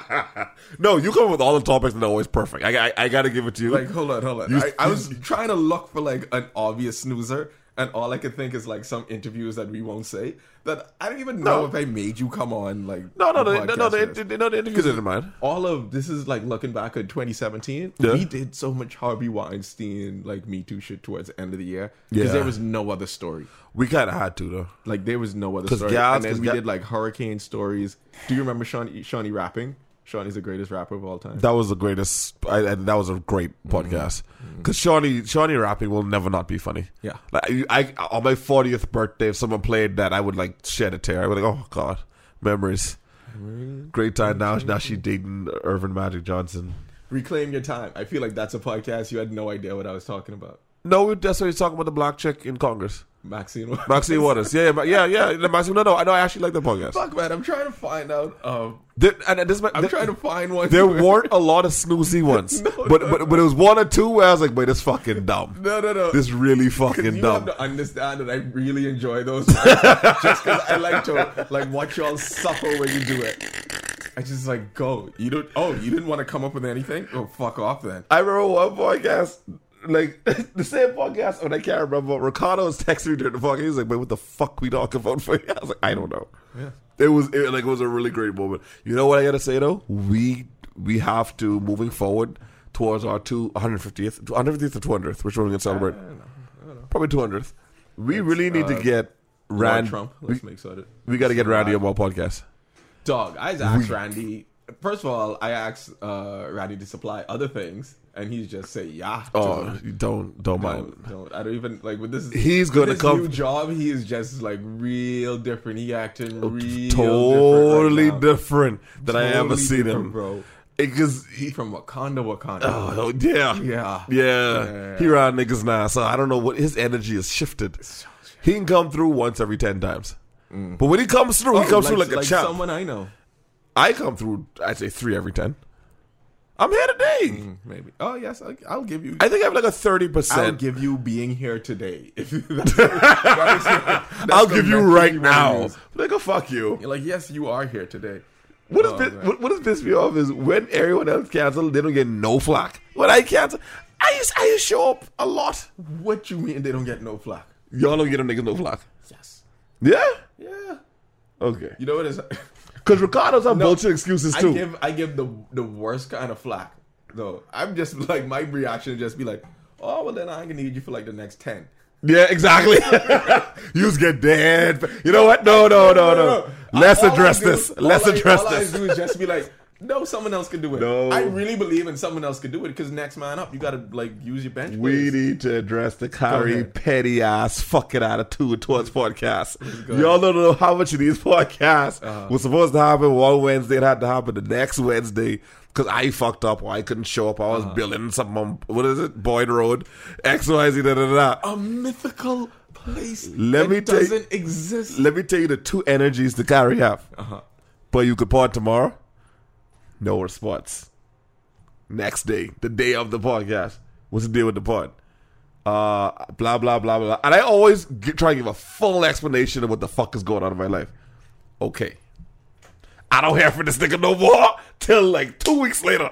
Speaker 4: that one.
Speaker 5: no, you come up with all the topics and they're always perfect. I, I, I gotta give it to you. (laughs)
Speaker 4: Like, hold on, hold on. I, I was trying to look for like an obvious snoozer, and all I could think is like some interviews that we won't say that I don't even know
Speaker 5: No.
Speaker 4: if I made you come on. Like
Speaker 5: No, no,
Speaker 4: the
Speaker 5: no, no, no,
Speaker 4: podcast
Speaker 5: they,
Speaker 4: with us.
Speaker 5: they, no, the interviews didn't mind.
Speaker 4: all of this is like looking back at 2017.
Speaker 5: Yeah.
Speaker 4: We did so much Harvey Weinstein like Me Too shit towards the end of the year because
Speaker 5: Yeah.
Speaker 4: there was no other story.
Speaker 5: We kind of had to though.
Speaker 4: Like there was no other
Speaker 5: 'Cause
Speaker 4: story.
Speaker 5: guys-
Speaker 4: and then
Speaker 5: 'cause
Speaker 4: we
Speaker 5: guy-
Speaker 4: did like hurricane stories. Do you remember Shawnee, Shawnee rapping? Shawnee's the greatest rapper of all time.
Speaker 5: That was the greatest. I, I, that was a great
Speaker 4: Mm.
Speaker 5: podcast because Shawnee Shawnee rapping will never not be funny.
Speaker 4: Yeah.
Speaker 5: like I, I on my fortieth birthday, if someone played that, I would like shed a tear. I would like, oh god, memories. Great time now. Now she dating Irvin Magic Johnson.
Speaker 4: Reclaim your time. I feel like that's a podcast. You had no idea what I was talking about.
Speaker 5: No, that's what he's talking about the black chick in Congress,
Speaker 4: Maxine.
Speaker 5: Maxine Waters. Yeah, yeah, but- yeah, yeah. the Maxine, no, no, I know. I actually like the
Speaker 4: (laughs)
Speaker 5: podcast.
Speaker 4: Fuck man, I'm trying to find out. Um,
Speaker 5: There, and this, I'm
Speaker 4: I'm trying to find one.
Speaker 5: (laughs)
Speaker 4: (laughs)
Speaker 5: There
Speaker 4: where-
Speaker 5: weren't a lot of snoozy
Speaker 4: (laughs)
Speaker 5: ones,
Speaker 4: No,
Speaker 5: but
Speaker 4: no,
Speaker 5: but but it was one or two where I was like, wait, this fucking dumb.
Speaker 4: (laughs) No, no, no.
Speaker 5: This really
Speaker 4: 'Cause
Speaker 5: fucking
Speaker 4: you
Speaker 5: dumb.
Speaker 4: have to understand that I really enjoy those.
Speaker 5: (laughs)
Speaker 4: just because I like to like watch y'all suffer when you do it. I just like go. You don't. Oh, you didn't want to come up with anything? Oh, fuck off then.
Speaker 5: I remember one podcast, like (laughs) the same podcast, and I can't remember. Ricardo was texting me during the podcast. He was like, "Wait, what the fuck we talking about?" For (laughs) I was like, "I don't know." Yeah. It was it, like it was a really great moment. You know what I gotta say though? We we have to moving forward towards our two 150th, 150th or 200th, which one we gonna celebrate? Probably 200th. We really need to get
Speaker 4: Rand
Speaker 5: Rand.
Speaker 4: uh, Trump.
Speaker 5: We,
Speaker 4: Let's make sure that.
Speaker 5: we gotta get Randy on our podcast.
Speaker 4: Dog, I just asked Randy. First of all, I asked uh, Randy to supply other things, and he's just say yeah. to
Speaker 5: Oh,
Speaker 4: them.
Speaker 5: you don't don't mind.
Speaker 4: Don't, don't. I don't even like with this.
Speaker 5: He's gonna
Speaker 4: this
Speaker 5: come-
Speaker 4: New job. He is just like real different. He acting real
Speaker 5: Oh, totally
Speaker 4: different, right now.
Speaker 5: different than I ever
Speaker 4: Totally
Speaker 5: seen him,
Speaker 4: different, bro.
Speaker 5: Because
Speaker 4: He
Speaker 5: he,
Speaker 4: from Wakanda, Wakanda.
Speaker 5: oh yeah,
Speaker 4: Yeah.
Speaker 5: yeah,
Speaker 4: Yeah.
Speaker 5: he around niggas now. So I don't know what his energy is shifted. He can come through once every ten times, but when he comes through,
Speaker 4: Oh,
Speaker 5: he comes through like a champ.
Speaker 4: Someone I know,
Speaker 5: I come through, I say three every ten. I'm here today.
Speaker 4: maybe. Oh yes, I'll, I'll give you.
Speaker 5: I think I have like a thirty
Speaker 4: I'll
Speaker 5: percent.
Speaker 4: give you being here today. (laughs) If
Speaker 5: (laughs)
Speaker 4: you- that's, that's- that's
Speaker 5: I'll
Speaker 4: the
Speaker 5: give you
Speaker 4: metric
Speaker 5: right
Speaker 4: wanna
Speaker 5: now.
Speaker 4: use.
Speaker 5: Nigga, fuck you.
Speaker 4: You're like, yes, you are here today.
Speaker 5: What is
Speaker 4: Oh,
Speaker 5: pi-
Speaker 4: man.
Speaker 5: what, what is pissed me off is when everyone else cancels, they don't get no flack. When I cancel, I used, I used to show up a lot.
Speaker 4: What you mean they don't get no flack?
Speaker 5: Y'all don't get them niggas no flack.
Speaker 4: Yes.
Speaker 5: Yeah.
Speaker 4: Yeah.
Speaker 5: Okay.
Speaker 4: You know
Speaker 5: (laughs)
Speaker 4: what it is?
Speaker 5: Because Ricardo's have bullshit excuses
Speaker 4: I
Speaker 5: too.
Speaker 4: give I give the the worst kind of flack though. I'm just (laughs) like my reaction would just be like, oh well then I'm gonna need you for like the next ten.
Speaker 5: yeah, exactly. (laughs) you just get dead. You know what? No, no, no, no. Let's
Speaker 4: All I
Speaker 5: address
Speaker 4: do-
Speaker 5: this.
Speaker 4: all
Speaker 5: Let's
Speaker 4: I-
Speaker 5: address
Speaker 4: all
Speaker 5: this.
Speaker 4: I do is just be like, no, someone else can do it.
Speaker 5: No.
Speaker 4: I really believe in someone else can do it because next man up, you gotta like use your bench.
Speaker 5: We
Speaker 4: players.
Speaker 5: need to address the Kyrie
Speaker 4: ahead.
Speaker 5: petty ass fucking attitude towards podcasts. Y'all don't know how much of these podcasts
Speaker 4: Uh-huh.
Speaker 5: was supposed to happen one Wednesday, it had to happen the next Wednesday because I fucked up or I couldn't show up. I
Speaker 4: Uh-huh.
Speaker 5: was building something on, what is it, Boyd Road, XYZ, da da da. da.
Speaker 4: a mythical place that
Speaker 5: Let me tell you-
Speaker 4: doesn't exist. Uh-huh.
Speaker 5: Let me tell you the two energies the Kyrie have. But you could pod tomorrow, no response. Next day, the day of the podcast. What's the deal with the pod? uh, blah blah blah blah. And I always get, try to give a full explanation of what the fuck is going on in my life. Okay, I don't hear from this nigga no more (laughs) till like two weeks later.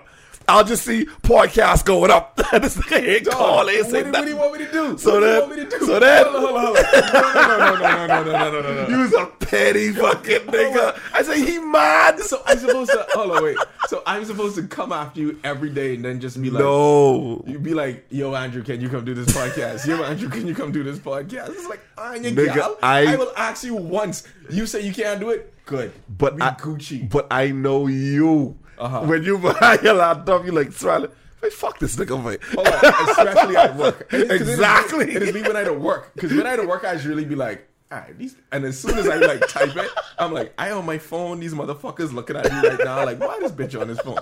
Speaker 5: I'll just see podcasts going up. (laughs) this nigga ain't calling. ain't
Speaker 4: what
Speaker 5: saying
Speaker 4: do- what do you
Speaker 5: nothing.
Speaker 4: want me to do? What
Speaker 5: So
Speaker 4: do you
Speaker 5: then,
Speaker 4: want me to do?
Speaker 5: so then,
Speaker 4: Hold on, hold on, hold on. No, no, no, no, no, no, no, no, no, no.
Speaker 5: you was a petty fucking nigga. I say he mad.
Speaker 4: So I'm supposed to hold on, wait. So I'm supposed to come after you every day and then just be like,
Speaker 5: no,
Speaker 4: you be like, yo, Andrew, can you come do this podcast? Yo, Andrew, can you come do this podcast? It's like, Anya,
Speaker 5: Nigga,
Speaker 4: gal,
Speaker 5: I-
Speaker 4: I, will ask you once. You say you can't do it. Good,
Speaker 5: but
Speaker 4: we
Speaker 5: I,
Speaker 4: Gucci.
Speaker 5: But I know you.
Speaker 4: Uh-huh.
Speaker 5: When you buy your laptop, you like smiling. Wait, fuck this nigga, mate.
Speaker 4: Hold on, especially at work. And it's- 'cause
Speaker 5: Exactly.
Speaker 4: It is, me when I don't work. Because when I don't work, I just really be like, all right, these. And as soon as I like type it, I'm like, I on my phone. These motherfuckers looking at me right now. Like, why this bitch on his phone?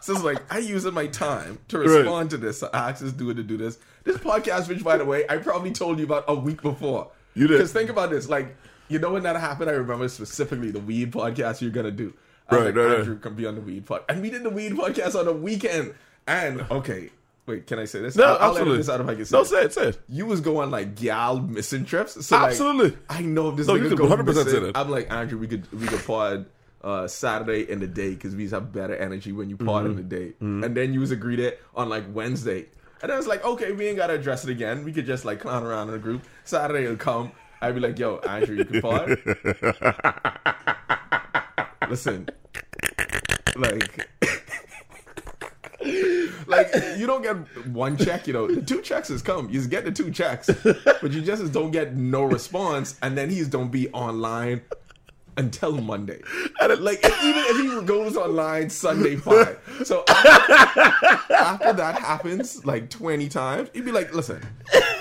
Speaker 4: So it's like I using my time to respond to this. So I asked this dude to do this. This podcast, which by the way, I probably told you about a week before.
Speaker 5: You did.
Speaker 4: Because think about this, like. You know when that happened? I remember specifically the weed podcast you're gonna do. I was
Speaker 5: Right,
Speaker 4: like,
Speaker 5: right, right.
Speaker 4: Andrew can be on the weed pod, and we did the weed podcast on a weekend. And okay, wait, can I say this?
Speaker 5: (laughs) No,
Speaker 4: I'll, I'll edit
Speaker 5: absolutely.
Speaker 4: this out if I can say
Speaker 5: no,
Speaker 4: it.
Speaker 5: say it, say it.
Speaker 4: You was going like gal missing trips. So like,
Speaker 5: Absolutely.
Speaker 4: I know if this
Speaker 5: No,
Speaker 4: no,
Speaker 5: you
Speaker 4: nigga's
Speaker 5: could
Speaker 4: going
Speaker 5: 100% say
Speaker 4: missing,
Speaker 5: that.
Speaker 4: I'm like Andrew, we could we could pod uh, Saturday in the
Speaker 5: Mm-hmm.
Speaker 4: day because we just have better energy when you pod in the day, and then you was agreed it on like Wednesday. And then it's like, okay, we ain't gotta address it again. We could just like clown around in a group. Saturday will come. I'd be like, yo, Andrew, you can
Speaker 5: (laughs)
Speaker 4: pod. Listen, like, (laughs) like you don't get one check. You know, two checks has come. You just get the two checks, but you just don't get no response. And then he's don't be online until Monday. And it, like if- even if he goes online Sunday, fine. So after, after that happens like twenty times, you'd be like, listen,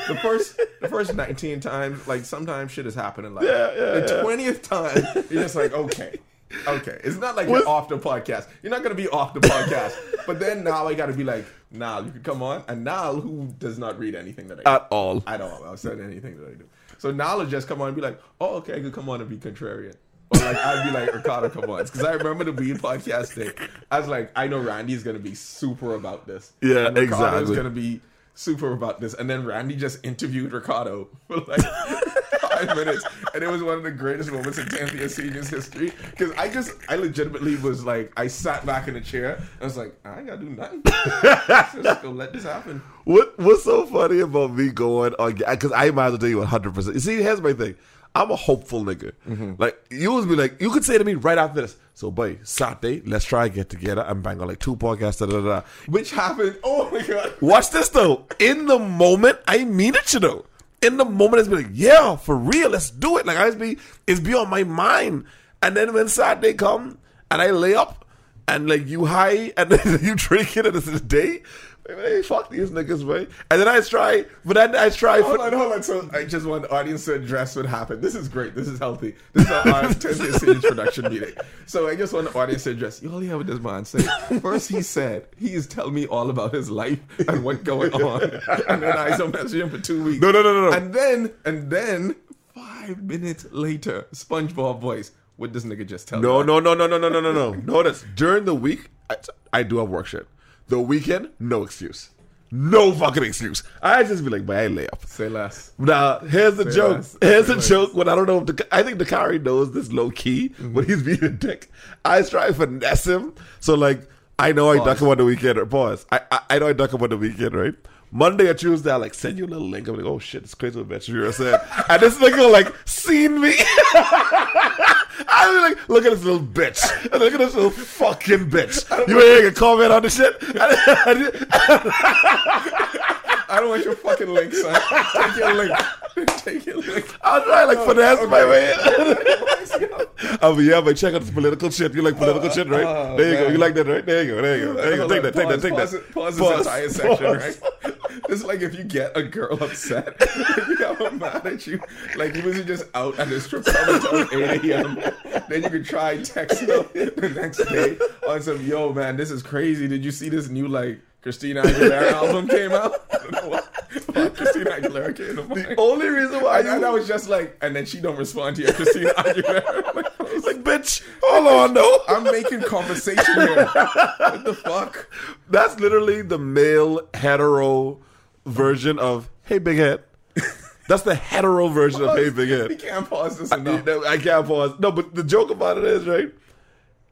Speaker 4: the first the first nineteen times, like sometimes shit is happening. Like the twentieth time, you're just like, okay. Okay, it's not like you're off the podcast. You're not gonna be off the podcast, but then now I gotta be like, nah, you can come on. And now who does not read anything that I
Speaker 5: At all.
Speaker 4: at all. I've said anything that I do. So knowledge just come on and be like, oh, okay, I could come on and be contrarian. Or like I'd be like, Ricardo, come on. Because I remember the weed podcast thing. I was like, I know Randy's gonna be super about this.
Speaker 5: Yeah,
Speaker 4: and Ricardo's
Speaker 5: exactly.
Speaker 4: gonna be super about this. And then Randy just interviewed Ricardo for like five (laughs) minutes. And it was one of the greatest moments in Tampa Senior's history. Because I just I legitimately was like, I sat back in a chair and I was like, I ain't gotta do nothing. (laughs) just gonna let this happen.
Speaker 5: What What's so funny about me going on? Because I might as well tell you 100. percent See, here's my thing. I'm a hopeful nigga. Like you always be like, you could say to me right after this. So, boy, Saturday, let's try and get together and bang on like two podcasts. Da, da, da, da.
Speaker 4: Which happened oh my god.
Speaker 5: Watch this though. In the moment, I mean it, you know. In the moment, it's been like, yeah, for real, let's do it. Like I just be, it's be on my mind. And then when Saturday come and I lay up and like you high and (laughs) then you drink it and it's the day. like, Hey, fuck these niggas, right? And then I try, but then I try.
Speaker 4: Hold
Speaker 5: for,
Speaker 4: on, hold on. So I just want the audience to address what happened. This is great. This is healthy. This
Speaker 5: (laughs)
Speaker 4: is our 10th series production meeting. So I just want the audience to address. You'll hear what this man said. First, he said he is telling me all about his life and what's going
Speaker 5: (laughs)
Speaker 4: on, and then I don't message him for two weeks.
Speaker 5: No, no, no, no, no.
Speaker 4: And then, and then five minutes later, SpongeBob voice. What does nigga just tell?
Speaker 5: No,
Speaker 4: me?
Speaker 5: no, no, no, no, no, no, no, (laughs) no. Notice during the week, I, I do have work shit. The weekend, no excuse, no fucking excuse. I just be like, but I lay up.
Speaker 4: Say less.
Speaker 5: Now here's the
Speaker 4: Say
Speaker 5: joke.
Speaker 4: less.
Speaker 5: Here's
Speaker 4: Say
Speaker 5: the
Speaker 4: less.
Speaker 5: joke. When I don't know if the, I think Dakari knows this low key,
Speaker 4: Mm-hmm.
Speaker 5: but he's being a dick. I try to finesse him. So like I know I duck him on the weekend or pause. I, I I know I duck him on the weekend, right? Monday or Tuesday, I like send you a little link. I'm like, oh shit, it's crazy what Matt
Speaker 4: (laughs)
Speaker 5: Shapiro said. and this nigga like seen me. (laughs) I was like, look at this little bitch. And look at this little fucking bitch. You ain't gonna comment on this shit. (laughs)
Speaker 4: I don't want your fucking link, son. Take your link. (laughs) Take your
Speaker 5: (laughs)
Speaker 4: link.
Speaker 5: I'll try
Speaker 4: Oh,
Speaker 5: like finesse my way.
Speaker 4: way.
Speaker 5: (laughs) Oh but yeah, but check out this political shit. You like political shit, right?
Speaker 4: oh,
Speaker 5: there you go.
Speaker 4: man.
Speaker 5: You like that, right? There you go. There you go. There you go.
Speaker 4: Hold
Speaker 5: Take
Speaker 4: on,
Speaker 5: that. Take that.
Speaker 4: pause, pause it- Pause,
Speaker 5: Take that.
Speaker 4: this entire section, right? It's like if you get a girl upset, (laughs) you got her mad at you. Like you was just out at a strip club until 8 a.m. Then you could try texting her the next day on some, yo, man, this is crazy. Did you see this new, like, Christina
Speaker 5: (laughs)
Speaker 4: Aguilera album came out? (laughs) I don't know why- why Christina Aguilera came to mind.
Speaker 5: The only reason why
Speaker 4: And then I
Speaker 5: you
Speaker 4: was just like, and then she don't respond to your Christina Aguilera. (laughs) Like,
Speaker 5: it's like, bitch, hold on, no.
Speaker 4: I'm making conversation here. What the fuck?
Speaker 5: (laughs) That's literally the male hetero version of hey, big head. That's the hetero version of hey, big
Speaker 4: We
Speaker 5: head.
Speaker 4: can't pause this
Speaker 5: You
Speaker 4: enough.
Speaker 5: know, I can't pause. No, but the joke about it is right.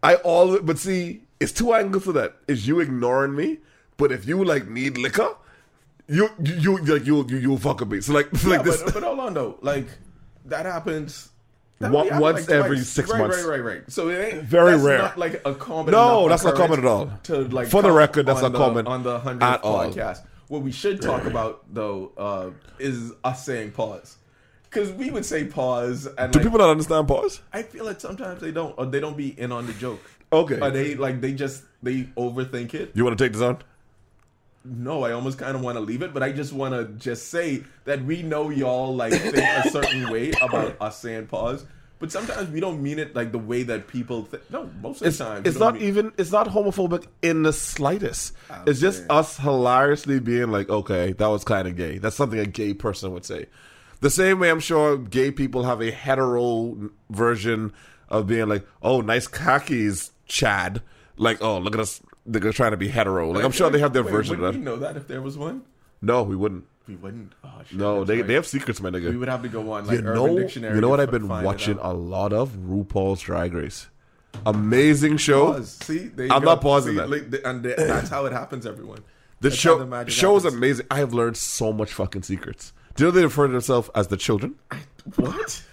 Speaker 5: I always, but see, it's two angles to that. Is you ignoring me, but if you like need liquor, you you, you like you you you fuck with me. So like (laughs) like
Speaker 4: Yeah,
Speaker 5: this.
Speaker 4: But, but hold on though, like that happens. that
Speaker 5: Wa-
Speaker 4: only happened,
Speaker 5: once every
Speaker 4: twice.
Speaker 5: six
Speaker 4: right,
Speaker 5: months.
Speaker 4: Right, right, right. So it ain't
Speaker 5: Very
Speaker 4: that's
Speaker 5: rare.
Speaker 4: Not like a common.
Speaker 5: No,
Speaker 4: enough
Speaker 5: that's not common at all.
Speaker 4: occurrence To like
Speaker 5: For the
Speaker 4: come
Speaker 5: record, that's
Speaker 4: on
Speaker 5: not
Speaker 4: the-
Speaker 5: common
Speaker 4: on the hundredth
Speaker 5: at all.
Speaker 4: podcast. What we should talk about though uh, is us saying pause, because we would say pause, and
Speaker 5: Do
Speaker 4: like,
Speaker 5: people not understand pause?
Speaker 4: I feel like sometimes they don't, or they don't be in on the joke.
Speaker 5: Okay.
Speaker 4: Or they like they just they overthink it.
Speaker 5: You want to take this on?
Speaker 4: No, I almost kind of want to leave it, but I just want to just say that we know y'all like think a certain way about us saying pause, but sometimes we don't mean it like the way that people think. No, most of
Speaker 5: It's,
Speaker 4: the time
Speaker 5: it's
Speaker 4: we don't
Speaker 5: not
Speaker 4: mean-
Speaker 5: even it's not homophobic in the slightest. it's just
Speaker 4: saying.
Speaker 5: us hilariously being like, okay, that was kind of gay. That's something a gay person would say. The same way I'm sure gay people have a hetero version of being like, oh, nice khakis, Chad. Like, oh, look at us. They're trying to be hetero. Like, I'm sure they have their
Speaker 4: Wait,
Speaker 5: version
Speaker 4: Wouldn't
Speaker 5: of
Speaker 4: we
Speaker 5: that.
Speaker 4: know that if there was one,
Speaker 5: No, we wouldn't.
Speaker 4: we wouldn't. Oh, shit,
Speaker 5: No,
Speaker 4: that's
Speaker 5: they,
Speaker 4: right.
Speaker 5: they have secrets, my nigga.
Speaker 4: We would have to go on like
Speaker 5: you
Speaker 4: Urban
Speaker 5: know,
Speaker 4: Dictionary.
Speaker 5: you know
Speaker 4: to
Speaker 5: what I've
Speaker 4: fi-
Speaker 5: been
Speaker 4: find it
Speaker 5: watching
Speaker 4: out.
Speaker 5: a lot of RuPaul's Drag Race. Amazing show.
Speaker 4: Pause. See, there you
Speaker 5: I'm
Speaker 4: go.
Speaker 5: not pausing
Speaker 4: See,
Speaker 5: that.
Speaker 4: like, th- and th- that's how it happens. Everyone.
Speaker 5: The
Speaker 4: I can't
Speaker 5: show
Speaker 4: imagine
Speaker 5: show is
Speaker 4: that was-
Speaker 5: amazing. I have learned so much fucking secrets. Do you know they refer to themselves as the children?
Speaker 4: What?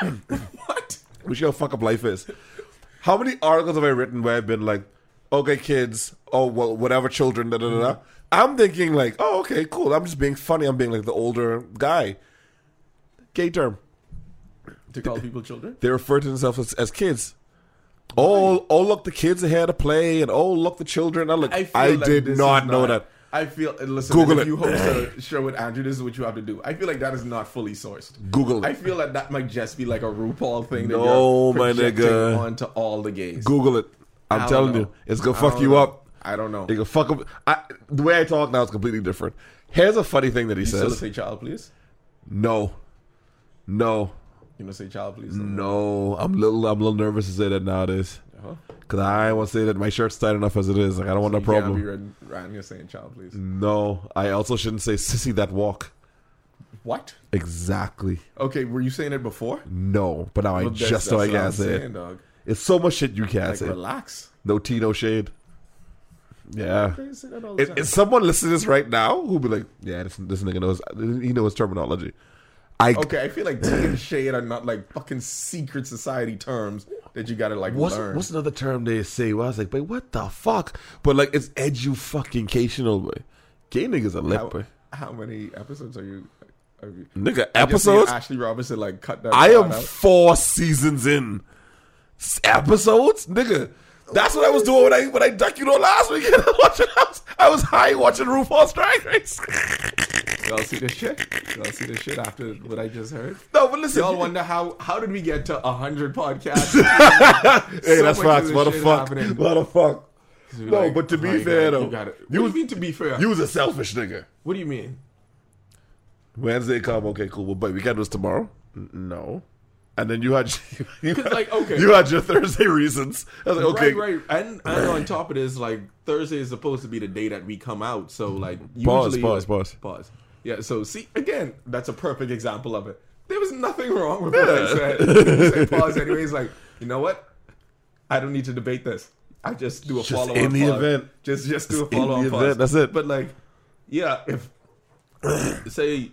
Speaker 4: what?
Speaker 5: Which how fuck up life is. How many articles have I written where I've been like, okay, kids, oh well, whatever, children, da da da.
Speaker 4: Mm-hmm.
Speaker 5: da. I'm thinking like, oh okay, cool. I'm just being funny. I'm being like the older guy. Gay term.
Speaker 4: To call people children?
Speaker 5: They refer to themselves as, as kids. Oh, oh look, the kids are here to play, and oh look, the children. I'm like, I,
Speaker 4: feel like
Speaker 5: did
Speaker 4: this is
Speaker 5: not know that.
Speaker 4: I feel and listen.
Speaker 5: Google
Speaker 4: if
Speaker 5: it.
Speaker 4: You host a show with Andrew. This is what you have to do. I feel like that is not fully sourced.
Speaker 5: Google it.
Speaker 4: I feel like that might just be like a RuPaul thing. That
Speaker 5: No,
Speaker 4: you're
Speaker 5: my
Speaker 4: projecting
Speaker 5: nigga.
Speaker 4: Onto all the gays.
Speaker 5: Google it.
Speaker 4: I
Speaker 5: I'm
Speaker 4: don't
Speaker 5: telling
Speaker 4: know.
Speaker 5: you, it's gonna
Speaker 4: I
Speaker 5: fuck
Speaker 4: don't
Speaker 5: you
Speaker 4: know.
Speaker 5: up.
Speaker 4: I don't know.
Speaker 5: It can fuck up. I, the way I talk now is completely different. Here's a funny thing that he
Speaker 4: You still
Speaker 5: says:
Speaker 4: say child, please.
Speaker 5: No, no,
Speaker 4: You know, say child, please.
Speaker 5: no. I'm little. I'm a little nervous to say that nowadays
Speaker 4: Uh-huh.
Speaker 5: because I want to say that my shirt's tight enough as it is. Like I don't want a
Speaker 4: You can't be
Speaker 5: problem. Mm.
Speaker 4: ran, ran you're saying child, please.
Speaker 5: No, I also shouldn't say sissy that walk.
Speaker 4: What?
Speaker 5: Exactly.
Speaker 4: Okay, were you saying it before?
Speaker 5: No, but now I
Speaker 4: Well, that's-
Speaker 5: just so I
Speaker 4: that's what I'm
Speaker 5: can't say
Speaker 4: saying,
Speaker 5: it.
Speaker 4: dog.
Speaker 5: It's so much shit you can't
Speaker 4: Like,
Speaker 5: say.
Speaker 4: relax.
Speaker 5: No tea, no shade. Yeah.
Speaker 4: They say that all the
Speaker 5: If,
Speaker 4: time.
Speaker 5: if someone listens to this right now, who'll be like, "Yeah, this, this nigga knows. He knows terminology." I
Speaker 4: Okay, I feel like tea and shade are not like fucking secret society terms that you gotta like
Speaker 5: what's
Speaker 4: learn.
Speaker 5: what's another term they say? Well, I was like, "But what the fuck?" But like, it's educational, boy. Gay niggas are lit, boy.
Speaker 4: how, how many episodes are you? Are you
Speaker 5: Nigga,
Speaker 4: I just see
Speaker 5: episodes.
Speaker 4: Ashley Robinson like cut that.
Speaker 5: I am
Speaker 4: part out.
Speaker 5: four seasons in. S- Episodes, nigga. That's what I was doing when I when I duck you know last week. (laughs) watching, I, was, I was high watching RuPaul's Drag Race. (laughs)
Speaker 4: Y'all see this shit? Y'all see this shit after what I just
Speaker 5: (laughs)
Speaker 4: heard?
Speaker 5: no, but listen,
Speaker 4: Y'all wonder how how did we get to hundred podcasts?
Speaker 5: hey,
Speaker 4: So
Speaker 5: that's
Speaker 4: much
Speaker 5: facts.
Speaker 4: of this
Speaker 5: What the
Speaker 4: shit
Speaker 5: fuck?
Speaker 4: happening.
Speaker 5: What the fuck?
Speaker 4: You're
Speaker 5: (laughs) No,
Speaker 4: like,
Speaker 5: but to be
Speaker 4: oh, you
Speaker 5: fair
Speaker 4: gotta-
Speaker 5: though,
Speaker 4: you got it.
Speaker 5: you
Speaker 4: You
Speaker 5: was
Speaker 4: mean to be fair?
Speaker 5: you was a selfish nigga.
Speaker 4: what do you mean?
Speaker 5: Wednesday come, okay, cool. Well, but we can do this tomorrow. N- No, and then you
Speaker 4: (laughs)
Speaker 5: had (laughs) you had,
Speaker 4: like, okay.
Speaker 5: you had your Thursday reasons. I was like, okay,
Speaker 4: Right, right. And and on top of this, like Thursday is supposed to be the day that we come out. So like
Speaker 5: Mm-hmm. Pause,
Speaker 4: usually,
Speaker 5: pause, pause.
Speaker 4: Pause. Yeah, so see again, that's a perfect example of it. There was nothing wrong with what I
Speaker 5: Yeah.
Speaker 4: said. You
Speaker 5: (laughs)
Speaker 4: say pause anyways, like, you know what? I don't need to debate this. I just do a
Speaker 5: Just
Speaker 4: follow up.
Speaker 5: in the event.
Speaker 4: Just just do
Speaker 5: Just
Speaker 4: a
Speaker 5: in the
Speaker 4: follow up
Speaker 5: event,
Speaker 4: pause.
Speaker 5: that's it.
Speaker 4: But like yeah, if say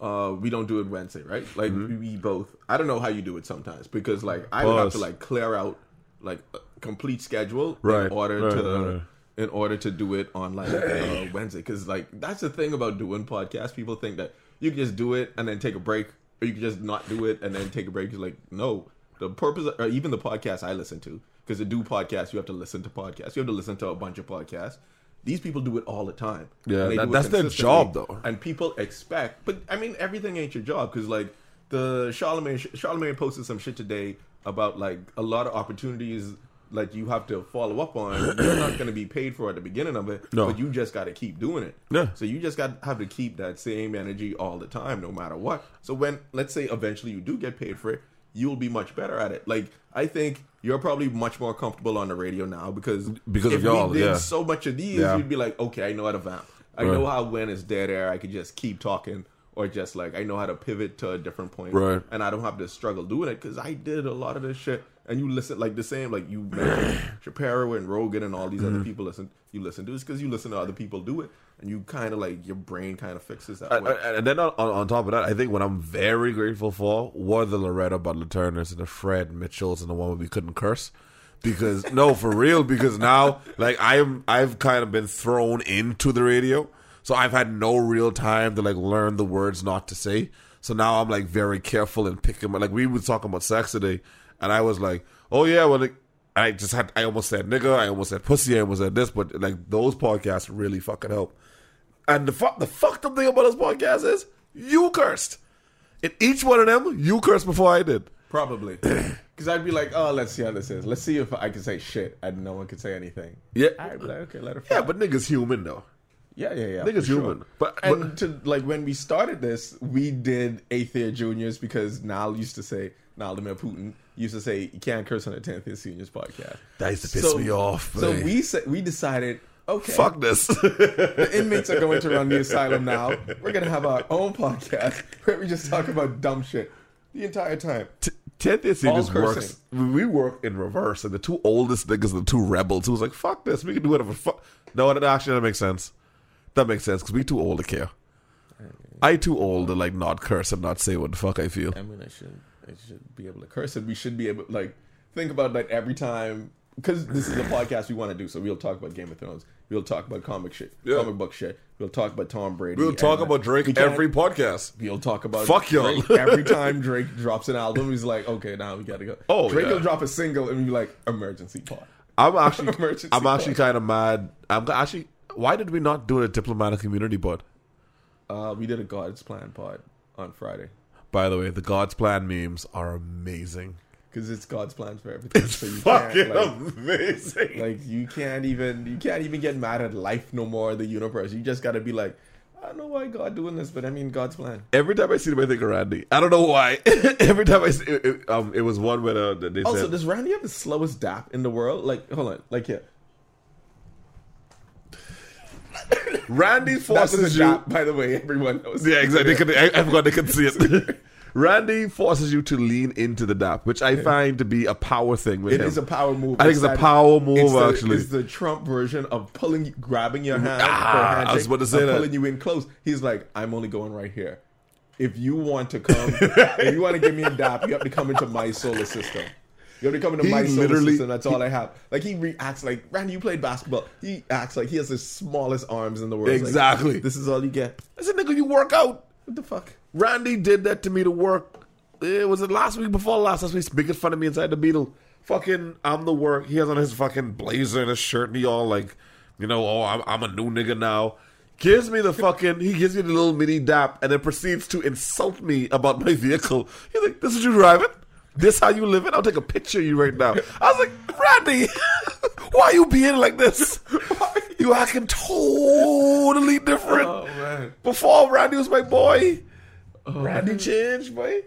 Speaker 4: uh, we don't do it Wednesday, right? Like
Speaker 5: Mm-hmm.
Speaker 4: we both. I don't know how you do it sometimes because like I would have
Speaker 5: Pause.
Speaker 4: to like clear out like a complete schedule
Speaker 5: Right,
Speaker 4: in order
Speaker 5: right,
Speaker 4: to
Speaker 5: right, right.
Speaker 4: in order to do it on like
Speaker 5: (clears throat)
Speaker 4: uh, Wednesday because like that's the thing about doing podcasts. People think that you can just do it and then take a break, or you can just not do it and then take a break. It's like no, the purpose or even the podcast I listen to because to do podcasts you have to listen to podcasts. You have to listen to a bunch of podcasts. These people do it all the time.
Speaker 5: Yeah,
Speaker 4: And they
Speaker 5: that-
Speaker 4: do it
Speaker 5: that's their
Speaker 4: consistently.
Speaker 5: job, though.
Speaker 4: And people expect, but I mean, everything ain't your job because like the Charlemagne, Charlemagne posted some shit today about like a lot of opportunities like you have to follow up on.
Speaker 5: (clears throat)
Speaker 4: You're not going to be paid for at the beginning of it,
Speaker 5: No.
Speaker 4: but you just got to keep doing it.
Speaker 5: Yeah.
Speaker 4: So you just got have to keep that same energy all the time, no matter what. So when let's say eventually you do get paid for it, you'll be much better at it. Like I think you're probably much more comfortable on the radio now because
Speaker 5: Because of
Speaker 4: if
Speaker 5: y'all,
Speaker 4: we did
Speaker 5: yeah.
Speaker 4: so much of these,
Speaker 5: Yeah.
Speaker 4: you'd be like, okay, I know how to vamp. I
Speaker 5: Right.
Speaker 4: know how when it's dead air, I could just keep talking, or just like I know how to pivot to a different point,
Speaker 5: Right.
Speaker 4: And I don't have to struggle doing it because I did a lot of this shit. And you listen like the same, like you mentioned
Speaker 5: (clears throat)
Speaker 4: Shapiro and Rogan and all these
Speaker 5: Mm-hmm.
Speaker 4: other people listen. You listen to this because you listen to other people do it, and you kind of like your brain kind of fixes that.
Speaker 5: And-
Speaker 4: way.
Speaker 5: and and then on, on, on top of that, I think what I'm very grateful for were the Loretta Butler Turners and the Fred Mitchells and the one where we couldn't curse. Because (laughs) no, for real. Because now, like I'm, I've kind of been thrown into the radio, so I've had no real time to like learn the words not to say. So now I'm like very careful and picking. Like we were talking about sex today, and I was like, oh yeah, well, like, I just had, I almost said nigga, I almost said pussy, I almost said this, but like those podcasts really fucking help. And the fuck, the fucked up thing about this podcast is you cursed. In each one of them, you cursed before I did. (clears throat)
Speaker 4: Probably. Because I'd be like, oh, let's see how this is. Let's see if I can say shit and no one can say anything.
Speaker 5: Yeah.
Speaker 4: I'd be like, okay, let it fly.
Speaker 5: Yeah, but niggas human though.
Speaker 4: yeah, yeah, yeah.
Speaker 5: Niggas
Speaker 4: for sure.
Speaker 5: human. But, but
Speaker 4: And to like when we started this, we did Atheist Juniors because Niall used to say, Niall Demir Putin used to say, you can't curse on the 10th Atheist Juniors podcast.
Speaker 5: that used to piss me off.
Speaker 4: So
Speaker 5: man.
Speaker 4: we said we decided, okay,
Speaker 5: fuck this. (laughs)
Speaker 4: the inmates are going to run the asylum now. We're gonna have our own podcast where we just talk about dumb shit the entire time.
Speaker 5: T- Tenth
Speaker 4: All
Speaker 5: Insidious
Speaker 4: cursing.
Speaker 5: works. We work in reverse, and the two oldest niggas are the two rebels. Who was like, "Fuck this, we can do whatever." Fuck. No, that actually that makes sense. That makes sense because we too old to care. I too old to like not curse and not say what the fuck I feel.
Speaker 4: I mean, I should I should be able to curse it. We should be able like think about that every time because this is the podcast we want to do. So we'll talk about Game of Thrones. We'll talk about comic shit,
Speaker 5: Yeah.
Speaker 4: comic book shit. We'll talk about Tom Brady.
Speaker 5: We'll talk
Speaker 4: And
Speaker 5: about Drake
Speaker 4: we can't-
Speaker 5: every podcast.
Speaker 4: We'll talk about
Speaker 5: Fuck y'all.
Speaker 4: Drake.
Speaker 5: (laughs)
Speaker 4: every time Drake drops an album. He's like, okay, now we gotta go.
Speaker 5: Oh,
Speaker 4: Drake
Speaker 5: yeah.
Speaker 4: will drop a single and be like, emergency pod.
Speaker 5: I'm (laughs) actually,
Speaker 4: Emergency
Speaker 5: I'm actually
Speaker 4: pod.
Speaker 5: kind of mad. I'm actually, why did we not do a diplomatic community pod?
Speaker 4: Uh, we did a God's Plan pod on Friday
Speaker 5: By the way, the God's Plan memes are amazing.
Speaker 4: because it's God's plans for everything. so you
Speaker 5: (laughs) Fucking
Speaker 4: can't, like,
Speaker 5: amazing.
Speaker 4: like you can't even you can't even get mad at life no more the universe you just gotta be like i don't know why god doing this but i mean god's plan
Speaker 5: Every time I see them, I think of Randy. I don't know why. (laughs) Every time I see, it, it- um, it was one where uh, they
Speaker 4: also
Speaker 5: said,
Speaker 4: does randy have the slowest dap in the world like hold on like here
Speaker 5: Randy
Speaker 4: that was
Speaker 5: forces
Speaker 4: a
Speaker 5: you.
Speaker 4: dap by the way everyone knows
Speaker 5: (laughs) Yeah, exactly. They could- I, I forgot they could see it.
Speaker 4: (laughs)
Speaker 5: Randy forces you to lean into the dap, which I find to be a power thing with
Speaker 4: It
Speaker 5: him.
Speaker 4: is a power move
Speaker 5: I think it's a
Speaker 4: that-
Speaker 5: power move,
Speaker 4: it's the,
Speaker 5: actually.
Speaker 4: it's the trump version of pulling grabbing your hand
Speaker 5: Ah,
Speaker 4: for a
Speaker 5: I was
Speaker 4: handshake
Speaker 5: about to say
Speaker 4: and
Speaker 5: that.
Speaker 4: pulling you in close he's like i'm only going right here if you want to come if you want to give me a dap you have to come into my solar system you have to come into
Speaker 5: He
Speaker 4: my solar
Speaker 5: literally-
Speaker 4: system that's all i have like he reacts like randy you played basketball he acts like he has the smallest arms in the world It's like,
Speaker 5: Exactly.
Speaker 4: this is all you get
Speaker 5: I said, nigga, you work out.
Speaker 4: what the fuck
Speaker 5: Randy did that to me to work. It was it last week before last? Last week, making fun of me inside the Beetle. Fucking, I'm the work. He has on his fucking blazer and his shirt, and he all like, you know, oh, I'm, I'm a new nigga now. Gives me the fucking, he gives me the little mini dap, and then proceeds to insult me about my vehicle. He's like, "This is you driving? This how you living? I'll take a picture of you right now." I was like, "Randy, (laughs) why you being like this? You acting totally different."
Speaker 4: oh man Oh,
Speaker 5: Before Randy was my boy. Randy changed, boy.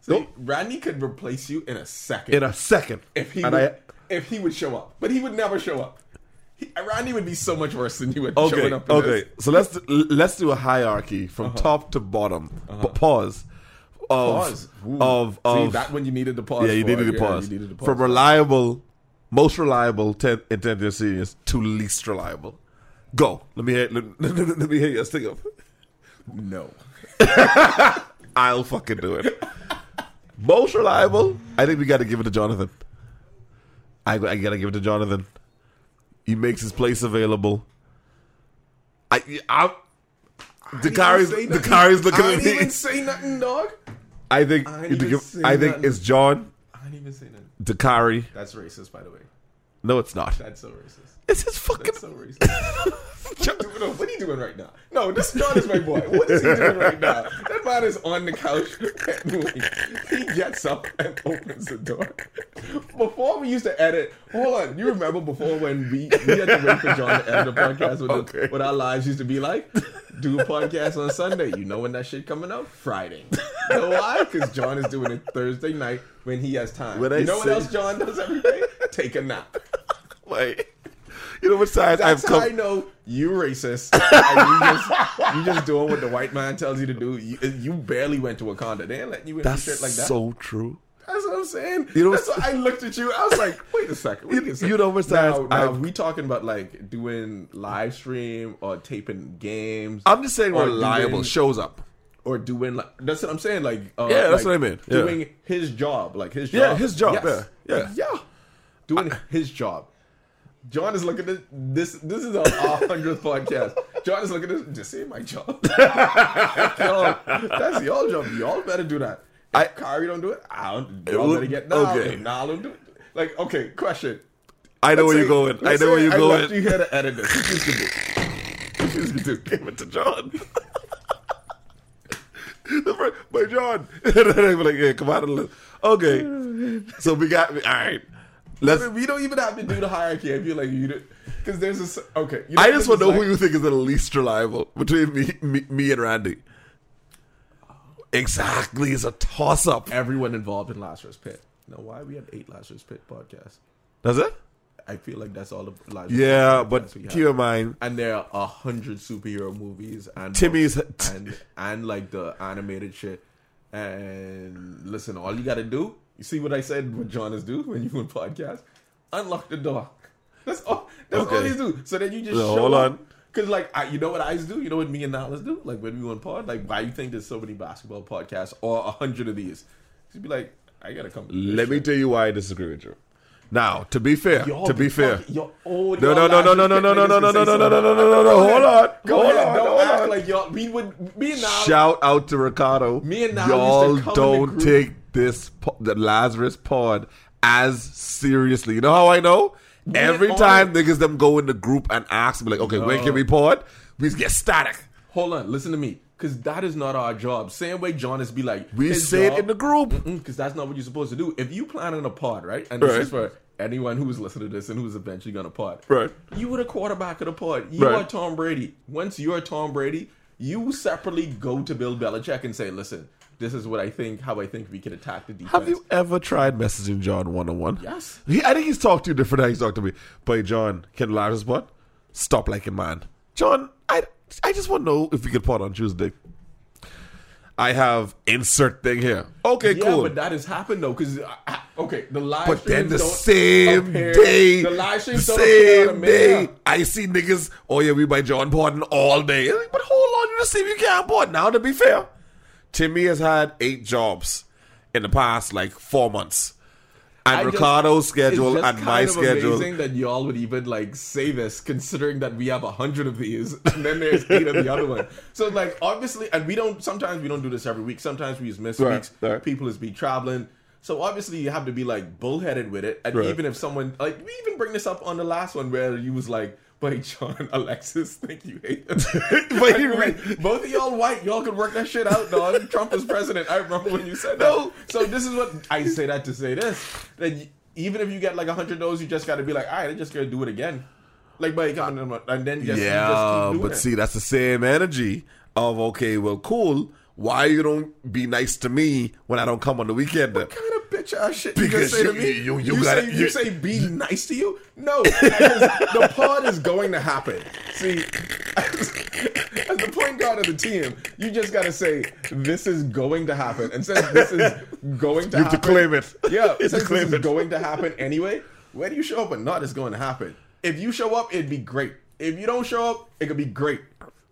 Speaker 4: so randy could replace you in a second
Speaker 5: In a second.
Speaker 4: if he
Speaker 5: and
Speaker 4: would,
Speaker 5: I,
Speaker 4: if he would show up, but he would never show up. He, Randy would be so much worse than you at
Speaker 5: okay,
Speaker 4: showing up. In
Speaker 5: okay.
Speaker 4: this. Uh-huh.
Speaker 5: So let's let's do a hierarchy from top to bottom. Pa- pause. Of,
Speaker 4: pause. Ooh.
Speaker 5: Of of
Speaker 4: See, that one you needed to pause.
Speaker 5: yeah, you
Speaker 4: for.
Speaker 5: needed, to
Speaker 4: Yeah,
Speaker 5: pause.
Speaker 4: you needed to pause.
Speaker 5: From reliable, most reliable ten, intention serious to least reliable. Go. Let me hear. Let, (laughs) let, let me hear your stick up.
Speaker 4: no,
Speaker 5: I'll fucking do it. Most reliable. I think we got to give it to Jonathan. I, I got to give it to Jonathan. He makes his place available. I, I, Dakari's,
Speaker 4: I didn't say
Speaker 5: Dakari's looking
Speaker 4: I
Speaker 5: at
Speaker 4: didn't
Speaker 5: me.
Speaker 4: even say nothing, dog.
Speaker 5: I think,
Speaker 4: I
Speaker 5: I,
Speaker 4: didn't even
Speaker 5: I
Speaker 4: say
Speaker 5: think
Speaker 4: nothing.
Speaker 5: it's John,
Speaker 4: I didn't even say nothing.
Speaker 5: Dakari.
Speaker 4: That's racist, by the way.
Speaker 5: No, it's not.
Speaker 4: That's so racist.
Speaker 5: It's his fucking.
Speaker 4: That's so racist.
Speaker 5: (laughs)
Speaker 4: What are you doing- what are you doing right now? No, this John is my boy. What is he doing right now? That man is on the couch. (laughs) he gets up and opens the door. Before we used to edit, hold on. You remember before when we, we had to wait for John to edit the podcast? What,
Speaker 5: Okay.
Speaker 4: the, what our lives used to be like? Do a podcast on Sunday. You know when that shit coming out? Friday. You know why? Because John is doing it Thursday night when he has time.
Speaker 5: When I
Speaker 4: you know what
Speaker 5: say-
Speaker 4: else John does every day? Take a nap.
Speaker 5: Wait. You know what size
Speaker 4: That's
Speaker 5: I've come.
Speaker 4: how I know you
Speaker 5: (laughs)
Speaker 4: racist. And you just you just doing what the white man tells you to do. You, you barely went to Wakanda. They ain't letting you in
Speaker 5: That's
Speaker 4: shit like that.
Speaker 5: so true.
Speaker 4: That's what I'm saying.
Speaker 5: You know-
Speaker 4: That's why I looked at you. I was like, wait a second. Wait
Speaker 5: You-
Speaker 4: a second.
Speaker 5: you know what size
Speaker 4: Now, now,
Speaker 5: I've-
Speaker 4: we talking about like doing live stream or taping games.
Speaker 5: I'm just saying
Speaker 4: Or
Speaker 5: reliable
Speaker 4: doing-
Speaker 5: shows up.
Speaker 4: or doing like that's what I'm saying. Like uh,
Speaker 5: Yeah, that's
Speaker 4: like,
Speaker 5: what I meant. Yeah.
Speaker 4: Doing his job, like his job.
Speaker 5: Yeah, his job, yeah, yeah.
Speaker 4: yeah, yeah. Doing his job. John is looking at this. This is our our hundredth podcast. John is looking at this. Just say my job. (laughs) Yo, that's y'all job. Y'all better do that. If
Speaker 5: I-
Speaker 4: Kyrie don't do it. I don't.
Speaker 5: It
Speaker 4: Y'all
Speaker 5: would-
Speaker 4: better get Nile.
Speaker 5: okay.
Speaker 4: Okay. If Nile don't do it. Like okay, question.
Speaker 5: I know where
Speaker 4: Say-
Speaker 5: you're going. I
Speaker 4: let's
Speaker 5: know where
Speaker 4: say
Speaker 5: you're
Speaker 4: I
Speaker 5: going.
Speaker 4: left You here to edit this. What you should do? What you should do?
Speaker 5: Give it to John. the first, but John, they were like, yeah, come out of the list. Okay, so we got all right. Let's.
Speaker 4: we don't even have to do the hierarchy. I feel like you because there's this. Okay, you
Speaker 5: I just want to know
Speaker 4: this is
Speaker 5: who you think is the least reliable between me, me, me and Randy. Exactly, it's a toss up.
Speaker 4: like everyone involved in Lazarus Pit. Now, why we have eight Lazarus Pit podcasts?
Speaker 5: Does it?
Speaker 4: I feel like that's all the Lazarus.
Speaker 5: Yeah,
Speaker 4: Pit
Speaker 5: but
Speaker 4: podcasts we have.
Speaker 5: keep in mind,
Speaker 4: and there are a hundred superhero movies and
Speaker 5: Timmy's-
Speaker 4: and and like the animated shit. And listen, all you got to do You see what I said? What Jonas do when you (laughs) on podcast? Unlock the door. That's all. That's all
Speaker 5: Okay.
Speaker 4: he's do. So then you just
Speaker 5: No,
Speaker 4: show
Speaker 5: hold
Speaker 4: up.
Speaker 5: on.
Speaker 4: Cause like I, you know what I do, you know what me and Nala's do, like when we on pod, like why you think there's so many basketball podcasts or a hundred of these? She'd be like, I gotta come.
Speaker 5: Let me tell you why I disagree with you. Now, to be fair,
Speaker 4: Y'all
Speaker 5: to be
Speaker 4: been
Speaker 5: fair,
Speaker 4: talking- y'all- oh, y'all
Speaker 5: No, no, no, no,
Speaker 4: last
Speaker 5: no, no,
Speaker 4: week
Speaker 5: no, no,
Speaker 4: niggas
Speaker 5: no,
Speaker 4: been
Speaker 5: no, no,
Speaker 4: saying
Speaker 5: no, no, no,
Speaker 4: something.
Speaker 5: no, no, no, no.
Speaker 4: Go
Speaker 5: Hold on,
Speaker 4: ahead. Go
Speaker 5: hold
Speaker 4: ahead.
Speaker 5: on,
Speaker 4: Don't
Speaker 5: hold
Speaker 4: act
Speaker 5: on.
Speaker 4: like y'all. We would. Me and Nala.
Speaker 5: Shout out to Ricardo.
Speaker 4: Me and Nile
Speaker 5: y'all
Speaker 4: used to come in the
Speaker 5: don't
Speaker 4: group.
Speaker 5: take this po- the Lazarus pod as seriously. You know how I know? Every
Speaker 4: and
Speaker 5: time niggas them go in the group and ask me like, okay, when can we pod? We get static.
Speaker 4: Hold on, listen to me, because that is not our job. Same way Jonas be like,
Speaker 5: We say it in the group.
Speaker 4: because that's not what you're supposed to do. If you plan on a pod, right? And this
Speaker 5: Right.
Speaker 4: is for anyone who's listening to this and who's eventually gonna pod.
Speaker 5: Right.
Speaker 4: You were the quarterback of the pod. You
Speaker 5: Right.
Speaker 4: are Tom Brady. Once you're Tom Brady, you separately go to Bill Belichick and say, listen. This is what I think. How I think we can attack the defense.
Speaker 5: Have you ever tried messaging John one on one?
Speaker 4: Yes.
Speaker 5: He, I think he's talked to you different than he's talked to me. But John, can Lazarus pod? Stop liking man. John, I I just want to know if we could pod on Tuesday. I have insert thing here. Okay,
Speaker 4: Yeah,
Speaker 5: cool.
Speaker 4: but that has happened though, because okay, the live
Speaker 5: But then
Speaker 4: streams
Speaker 5: the
Speaker 4: don't
Speaker 5: same
Speaker 4: appear-
Speaker 5: day,
Speaker 4: the live streams
Speaker 5: the
Speaker 4: don't appear on
Speaker 5: same
Speaker 4: the
Speaker 5: day,
Speaker 4: media.
Speaker 5: I see niggas. Oh yeah, we by John Borden all day. Like, But hold on, you just see if you can't board now. To be fair, Timmy has had eight jobs in the past like four months, and
Speaker 4: I just-
Speaker 5: Ricardo's schedule
Speaker 4: it's just
Speaker 5: and my
Speaker 4: kind of
Speaker 5: schedule.
Speaker 4: Amazing that y'all would even like say this, considering that we have a hundred of these, (laughs) and then there's eight of the other one. So like obviously, and we don't. Sometimes we don't do this every week. Sometimes we just miss
Speaker 5: Right,
Speaker 4: weeks.
Speaker 5: right.
Speaker 4: People is be traveling. So obviously you have to be like bullheaded with it, and
Speaker 5: Right.
Speaker 4: even if someone like we even bring this up on the last one where you was like, "But John (laughs) Alexis, think you hate him."
Speaker 5: (laughs) But he
Speaker 4: And we're
Speaker 5: re-
Speaker 4: (laughs) like, both of y'all white, y'all could work that shit out, dog. Trump is president. I remember when you said that.
Speaker 5: No.
Speaker 4: So this is what I say that to say this that y- even if you get like hundred those, you just got to be like, all right, I'm just gonna do it again. Like, but and then just, you
Speaker 5: yeah,
Speaker 4: just keep doing
Speaker 5: but
Speaker 4: it.
Speaker 5: see, that's the same energy of okay, well, cool. Why you don't be nice to me when I don't come on the weekend? then?
Speaker 4: What kind of bitch ass shit you gonna
Speaker 5: Because
Speaker 4: say to
Speaker 5: you-
Speaker 4: me?
Speaker 5: you- you gotta-
Speaker 4: say,
Speaker 5: you-
Speaker 4: you say be nice to you? No, because the pod is going to happen. See, (laughs) as, as the point guard of the team, you just gotta say this is going to happen, and since this is going to
Speaker 5: You have to
Speaker 4: happen,
Speaker 5: claim it. You
Speaker 4: Yeah,
Speaker 5: have to
Speaker 4: since this
Speaker 5: claim
Speaker 4: is
Speaker 5: it.
Speaker 4: going to happen anyway, whether you show up or not is going to happen. If you show up, it'd be great. If you don't show up, it could be great.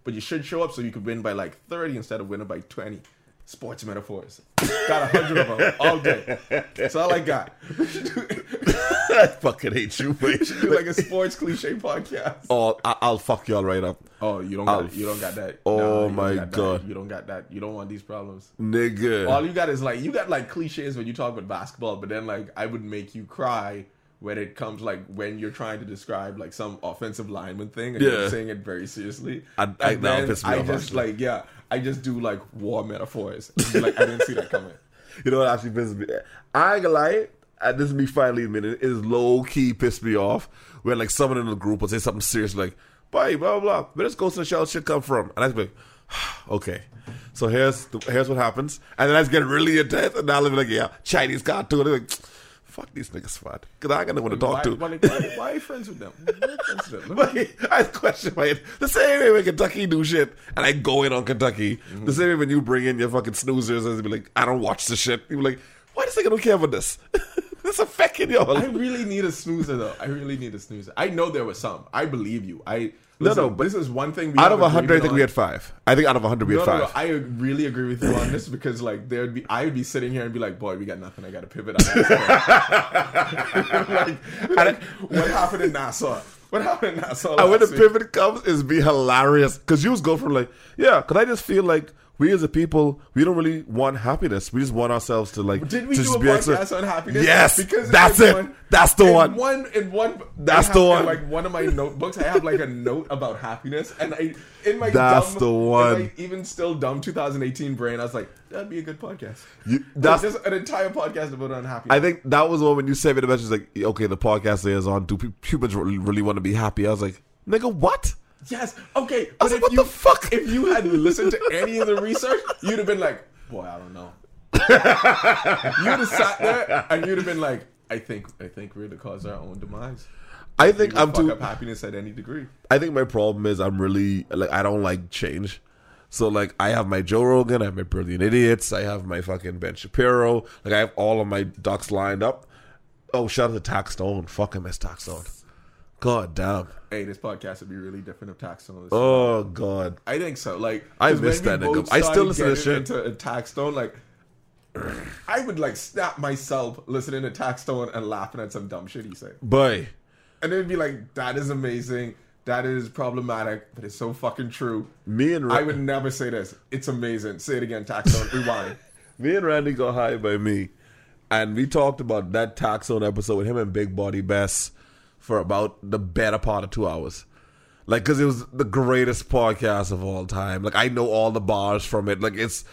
Speaker 4: But you should show up so you could win by like 30 instead of winning by 20. Sports metaphors. Got a hundred of them all day. That's all I got. (laughs) We should do,
Speaker 5: (laughs) I fucking hate
Speaker 4: (laughs)
Speaker 5: you.
Speaker 4: we
Speaker 5: mate.
Speaker 4: should do
Speaker 5: (laughs)
Speaker 4: like a sports cliche podcast.
Speaker 5: Oh, I- I'll fuck y'all right up.
Speaker 4: Oh, you don't
Speaker 5: I'll
Speaker 4: got, you don't got that.
Speaker 5: oh
Speaker 4: you don't
Speaker 5: my
Speaker 4: got that.
Speaker 5: God.
Speaker 4: You don't got that. You don't want these problems.
Speaker 5: Nigga.
Speaker 4: All you got is like you got like cliches when you talk about basketball, but then like I would make you cry when it comes like when you're trying to describe like some offensive lineman thing and
Speaker 5: Yeah.
Speaker 4: you're saying it very seriously.
Speaker 5: I- I-
Speaker 4: And
Speaker 5: that'll
Speaker 4: then
Speaker 5: piss me
Speaker 4: I
Speaker 5: off,
Speaker 4: just
Speaker 5: actually.
Speaker 4: like yeah, I just do like war metaphors. And be like I didn't see that coming.
Speaker 5: You know what actually pisses me? I ain't gonna lie. uh, This is me finally admitting it, is low key pissed me off when like someone in the group will say something serious like, "Bye, blah blah blah." Where does Ghost in the Shell shit come from? And I just be like, (sighs) "Okay." So here's the, here's what happens, and then I just get really intense, and now I'm like, "Yeah, Chinese cartoon." They're like, "Fuck these niggas, fat," because I ain't gonna want to
Speaker 4: why,
Speaker 5: (laughs) talk to.
Speaker 4: Why, why, why are you friends with them? Why are you friends with them?
Speaker 5: Like, I question my the same way when Kentucky do shit and I go in on Kentucky.
Speaker 4: Mm.
Speaker 5: The same way when you bring in your fucking snoozers and be like, I don't watch this shit. People like, why this nigga don't care about this? (laughs) this affecting y'all.
Speaker 4: I really need a snoozer though. I really need a snoozer. I know there were some. I believe you. I
Speaker 5: No,
Speaker 4: listen,
Speaker 5: no, but
Speaker 4: this is one thing. We
Speaker 5: out
Speaker 4: have
Speaker 5: of hundred, I
Speaker 4: agreement
Speaker 5: think
Speaker 4: on.
Speaker 5: we had five. I think out of hundred, we
Speaker 4: No,
Speaker 5: had
Speaker 4: no,
Speaker 5: five.
Speaker 4: no, I really agree with you on this because like there'd be I would be sitting here and be like, boy, we got nothing. I got to pivot. On (laughs) that." like, like, what happened in Nassau? What happened in Nassau?
Speaker 5: And when the
Speaker 4: last week?
Speaker 5: pivot comes, it's be hilarious. Because you just go from like, yeah, because I just feel like we as a people, we don't really want happiness. We just want ourselves to like.
Speaker 4: Did we
Speaker 5: to
Speaker 4: do
Speaker 5: just
Speaker 4: a
Speaker 5: be able to-
Speaker 4: podcast on happiness?
Speaker 5: Yes,
Speaker 4: because
Speaker 5: that's
Speaker 4: in
Speaker 5: it. That's the
Speaker 4: in
Speaker 5: one.
Speaker 4: in one,
Speaker 5: That's
Speaker 4: I have-
Speaker 5: the
Speaker 4: in,
Speaker 5: one.
Speaker 4: Like one of my notebooks, I have like a note about happiness, and I in my
Speaker 5: That's
Speaker 4: dumb,
Speaker 5: the one.
Speaker 4: in my even still dumb 2018 brain, I was like, that'd be a good podcast.
Speaker 5: You-
Speaker 4: Like,
Speaker 5: that's-
Speaker 4: just an entire podcast about unhappiness.
Speaker 5: I think that was one when you sent me the message like, okay, the podcast is on. Do pe- humans really, really want to be happy? I was like, nigga, what?
Speaker 4: Yes. Okay. But
Speaker 5: was like,
Speaker 4: if
Speaker 5: "What
Speaker 4: you,
Speaker 5: the fuck?"
Speaker 4: If you had listened to any of the research, you'd have been like, "Boy, I don't know." you'd have sat there and you'd have been like, "I think, I think we're the cause of our own demise."
Speaker 5: I think
Speaker 4: We
Speaker 5: I'm
Speaker 4: fuck
Speaker 5: too.
Speaker 4: up happiness at any degree.
Speaker 5: I think my problem is I'm really like I don't like change. So like I have my Joe Rogan, I have my Brilliant Idiots, I have my fucking Ben Shapiro. Like I have all of my ducks lined up. Oh, shout out to Tax Stone. Fucking miss Tax Stone. God damn.
Speaker 4: Hey, this podcast would be really different if Tax Stone. was-
Speaker 5: Oh god.
Speaker 4: I think so. Like
Speaker 5: I
Speaker 4: 'cause when
Speaker 5: miss
Speaker 4: we
Speaker 5: that nigga.
Speaker 4: both
Speaker 5: I still
Speaker 4: started
Speaker 5: listen to
Speaker 4: getting
Speaker 5: shit.
Speaker 4: Into Attack Stone, like (clears throat) I would like snap myself listening to Attack Stone and laughing at some dumb shit he said,
Speaker 5: Boy.
Speaker 4: and it'd be like, "That is amazing. That is problematic, but it's so fucking true."
Speaker 5: Me and
Speaker 4: I would never say this. It's amazing. Say it again, Attack Stone. Rewind.
Speaker 5: Me and Randy got hired by me, and we talked about that Taxon episode with him and Big Body Bass for about the better part of two hours. Like, because it was the greatest podcast of all time. Like, I know all the bars from it. Like, it's.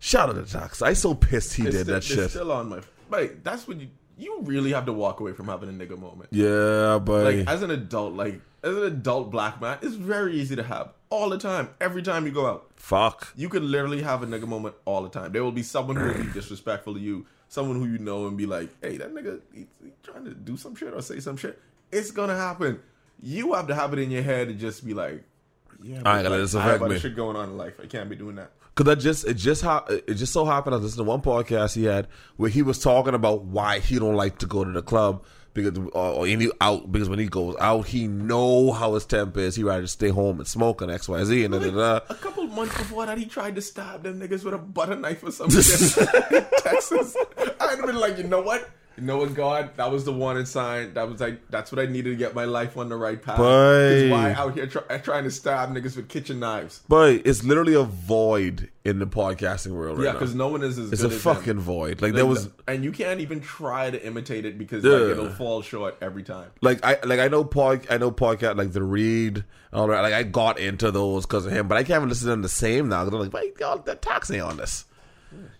Speaker 5: Shout out to Tax. I so pissed (laughs) he
Speaker 4: It's
Speaker 5: did
Speaker 4: still-
Speaker 5: that
Speaker 4: it's
Speaker 5: shit.
Speaker 4: Still on my. But that's when you you really have to walk away from having a nigga moment.
Speaker 5: yeah, but.
Speaker 4: Like as an adult, like as an adult black man, it's very easy to have all the time. Every time you go out.
Speaker 5: fuck.
Speaker 4: You can literally have a nigga moment all the time. There will be someone who will
Speaker 5: (clears throat)
Speaker 4: be disrespectful to you, someone who you know, and be like, "Hey, that nigga, he, he trying to do some shit or say some shit." It's gonna happen. You have to have it in your head to just be like, "Yeah, but,
Speaker 5: I ain't gonna let this
Speaker 4: I
Speaker 5: affect
Speaker 4: have other
Speaker 5: me.
Speaker 4: shit going on in life. I can't be doing that."
Speaker 5: Cause that just it just how it just so happened I was listening to one podcast he had where he was talking about why he don't like to go to the club because or, or any out because when he goes out he know how his temp is he rather stay home and smoke and X Y Z and da, da, da.
Speaker 4: A couple months before that, he tried to stab them niggas with a butter knife or
Speaker 5: (laughs)
Speaker 4: some shit in Texas. I'd have been like, you know what? You know what, God? That was the warning sign. That was like, that's what I needed to get my life on the right path. That's
Speaker 5: Boy.
Speaker 4: why out here try, uh, trying to stab niggas with kitchen knives.
Speaker 5: but it's literally a void in the podcasting world right
Speaker 4: Yeah,
Speaker 5: now.
Speaker 4: because no one is as
Speaker 5: it's a
Speaker 4: good as them.
Speaker 5: fucking void. Like there was
Speaker 4: and you can't even try to imitate it because
Speaker 5: Yeah.
Speaker 4: like, it'll fall short every time.
Speaker 5: like I like I know pod I know podcast like the Reed and all that. Like I got into those because of him, but I can't even listen to them the same now. Because I'm like, wait, y'all that tax ain't on this.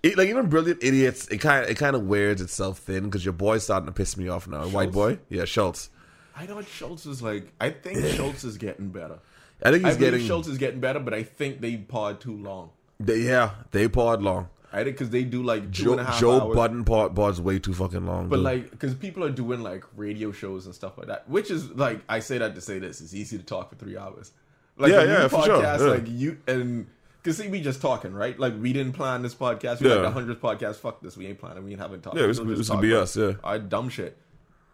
Speaker 5: It, like even brilliant idiots, it kind of it kind of wears itself thin because your boy's starting to piss me off now. White boy, yeah, Schultz.
Speaker 4: I thought Schultz is like, I
Speaker 5: (laughs)
Speaker 4: think Schultz is getting better.
Speaker 5: I think
Speaker 4: I
Speaker 5: he's
Speaker 4: believe
Speaker 5: getting
Speaker 4: Schultz is getting better, but I think they pod too long.
Speaker 5: they, yeah they pod long.
Speaker 4: I think because they do like two and a
Speaker 5: Joe,
Speaker 4: half
Speaker 5: Joe
Speaker 4: hours.
Speaker 5: Budden pod pods way too fucking long.
Speaker 4: But
Speaker 5: dude.
Speaker 4: like, because people are doing like radio shows and stuff like that, which is like, I say that to say this: it's easy to talk for three hours. Like
Speaker 5: Yeah,
Speaker 4: a new
Speaker 5: yeah, for sure, yeah.
Speaker 4: Like you and because see, we just talking, right? Like we didn't plan this podcast. We yeah.
Speaker 5: Yeah.
Speaker 4: like the hundredth podcast. Fuck this. We ain't planning. We ain't having talk.
Speaker 5: Yeah, this-
Speaker 4: We'll just
Speaker 5: this would
Speaker 4: talk
Speaker 5: be
Speaker 4: about
Speaker 5: us, yeah.
Speaker 4: our dumb shit.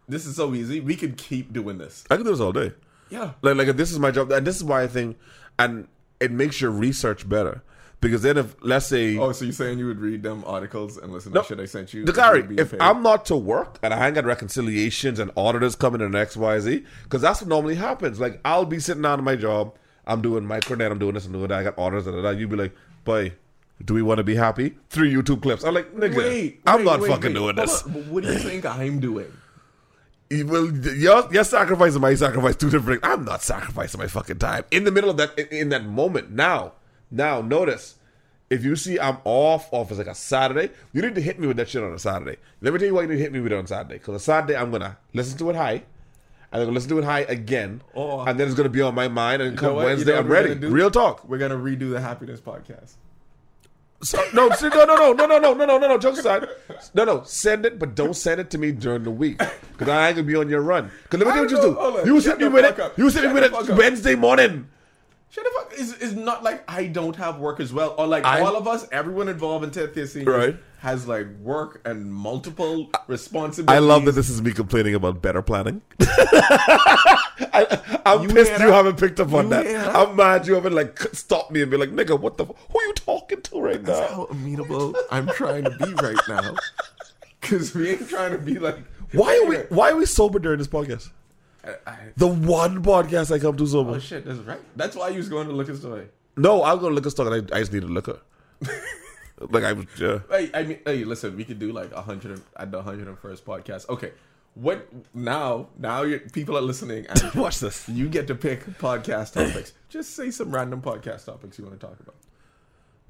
Speaker 4: This is so easy. We could keep doing this.
Speaker 5: I could do this all day.
Speaker 4: Yeah.
Speaker 5: Like, like if this is my job, and this is why I think, and it makes your research better because then if let's say
Speaker 4: Oh, so you're saying you would read them articles and listen
Speaker 5: No.
Speaker 4: to shit I sent you?
Speaker 5: Dakari,
Speaker 4: You'd be
Speaker 5: if
Speaker 4: paid.
Speaker 5: I'm not to work and I ain't got reconciliations and auditors coming in and XYZ, because that's what normally happens. Like, I'll be sitting down at my job, I'm doing micronet, I'm doing this, I'm doing that, I got auditors, da, da, da. you'd be like, boy, do we want to be happy? Three YouTube clips. I'm like, nigga,
Speaker 4: Wait,
Speaker 5: I'm
Speaker 4: wait,
Speaker 5: not
Speaker 4: wait, wait.
Speaker 5: fucking doing
Speaker 4: Hold
Speaker 5: this.
Speaker 4: on. But what do you think I'm doing?
Speaker 5: You- Well, your, your sacrifice and my sacrifice, two different I'm not sacrificing my fucking time. In the middle of that, in, in that moment, now, now, notice. If you see I'm off, off is like a Saturday, you need to hit me with that shit on a Saturday. Let me tell you why you need to hit me with it on Saturday. Because on Saturday, I'm going to listen to it high. I'm going to listen to it high again.
Speaker 4: Or-
Speaker 5: and then it's going to be on my mind. And
Speaker 4: You know
Speaker 5: come
Speaker 4: what? You
Speaker 5: Wednesday,
Speaker 4: know what
Speaker 5: I'm
Speaker 4: we're
Speaker 5: ready.
Speaker 4: gonna do?
Speaker 5: Real talk.
Speaker 4: We're gonna redo the happiness podcast.
Speaker 5: So, no, see, no, no, no, no, no, no, no, no, no, no. Joke aside, no, no. Send it, but don't send it to me during the week because I ain't gonna be on your run. Because let me
Speaker 4: I
Speaker 5: tell you
Speaker 4: don't know.
Speaker 5: what
Speaker 4: Hold
Speaker 5: you
Speaker 4: on.
Speaker 5: do. You
Speaker 4: Shut
Speaker 5: sent me
Speaker 4: the
Speaker 5: with
Speaker 4: fuck
Speaker 5: it.
Speaker 4: up.
Speaker 5: You sent me
Speaker 4: Shut
Speaker 5: with
Speaker 4: the
Speaker 5: it
Speaker 4: fuck up.
Speaker 5: Wednesday morning.
Speaker 4: Shut the fuck. It's, it's not like I don't have work as well, or like
Speaker 5: I-
Speaker 4: all of us, everyone involved in 10th year seniors
Speaker 5: Right.
Speaker 4: has like work and multiple responsibilities.
Speaker 5: I love that this is me complaining about better planning. (laughs) I, I'm
Speaker 4: You
Speaker 5: pissed
Speaker 4: hear
Speaker 5: you
Speaker 4: that?
Speaker 5: haven't picked up on
Speaker 4: You
Speaker 5: that.
Speaker 4: hear that?
Speaker 5: I'm mad you haven't like stopped me and be like, nigga, what the? F- who you talking to right now?
Speaker 4: That's how amenable (laughs) I'm trying to be right now. Because we ain't trying to be like.
Speaker 5: why are we Why are we sober during this podcast?
Speaker 4: (laughs) I, I,
Speaker 5: The one podcast I come to
Speaker 4: oh
Speaker 5: sober.
Speaker 4: shit, that's right. That's why you was going to liquor store.
Speaker 5: No, I'll go to liquor store and I, I just need
Speaker 4: (laughs)
Speaker 5: a liquor. like I was, yeah.
Speaker 4: Hey, I mean, hey, listen, we could do like a hundred and- at the hundred and first podcast. Okay, what now? Now you're, people are listening, (laughs) and
Speaker 5: Watch this.
Speaker 4: you get to pick podcast topics. Just say some random podcast topics you want to talk about.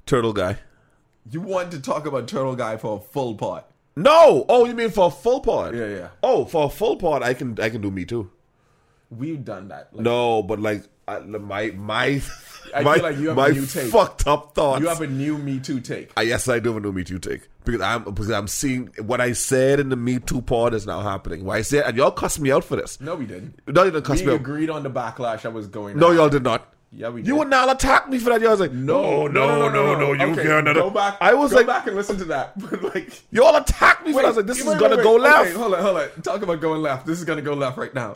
Speaker 5: Turtle guy.
Speaker 4: You want to talk about Turtle Guy for a full part?
Speaker 5: No. Oh, you mean for a full pod?
Speaker 4: Yeah, yeah.
Speaker 5: Oh, for a full pod, I can I can do me too.
Speaker 4: We've done that. Like,
Speaker 5: No, but like I, my my
Speaker 4: I
Speaker 5: my
Speaker 4: feel like you have a
Speaker 5: my
Speaker 4: new take.
Speaker 5: fucked up thoughts.
Speaker 4: You have a new Me Too take.
Speaker 5: I- yes, I do have a new Me Too take because I'm because I'm seeing what I said in the Me Too pod is now happening. Why I said and y'all cussed me out for this.
Speaker 4: No, we didn't.
Speaker 5: No, you didn't cuss
Speaker 4: we
Speaker 5: me out.
Speaker 4: agreed on the backlash I was going.
Speaker 5: No,
Speaker 4: on.
Speaker 5: y'all did not.
Speaker 4: Yeah, we.
Speaker 5: You would not attack me for that. I was like, no, Oh, no, no, no, no. You
Speaker 4: Okay,
Speaker 5: cannot.
Speaker 4: Go back.
Speaker 5: I was
Speaker 4: go
Speaker 5: like,
Speaker 4: back and listen to that. (laughs) But like,
Speaker 5: you all attacked me for that. I was like, this
Speaker 4: wait, wait,
Speaker 5: is gonna
Speaker 4: wait,
Speaker 5: go
Speaker 4: wait.
Speaker 5: left.
Speaker 4: Okay, hold on, hold on. Talk about going left. This is gonna go left right now.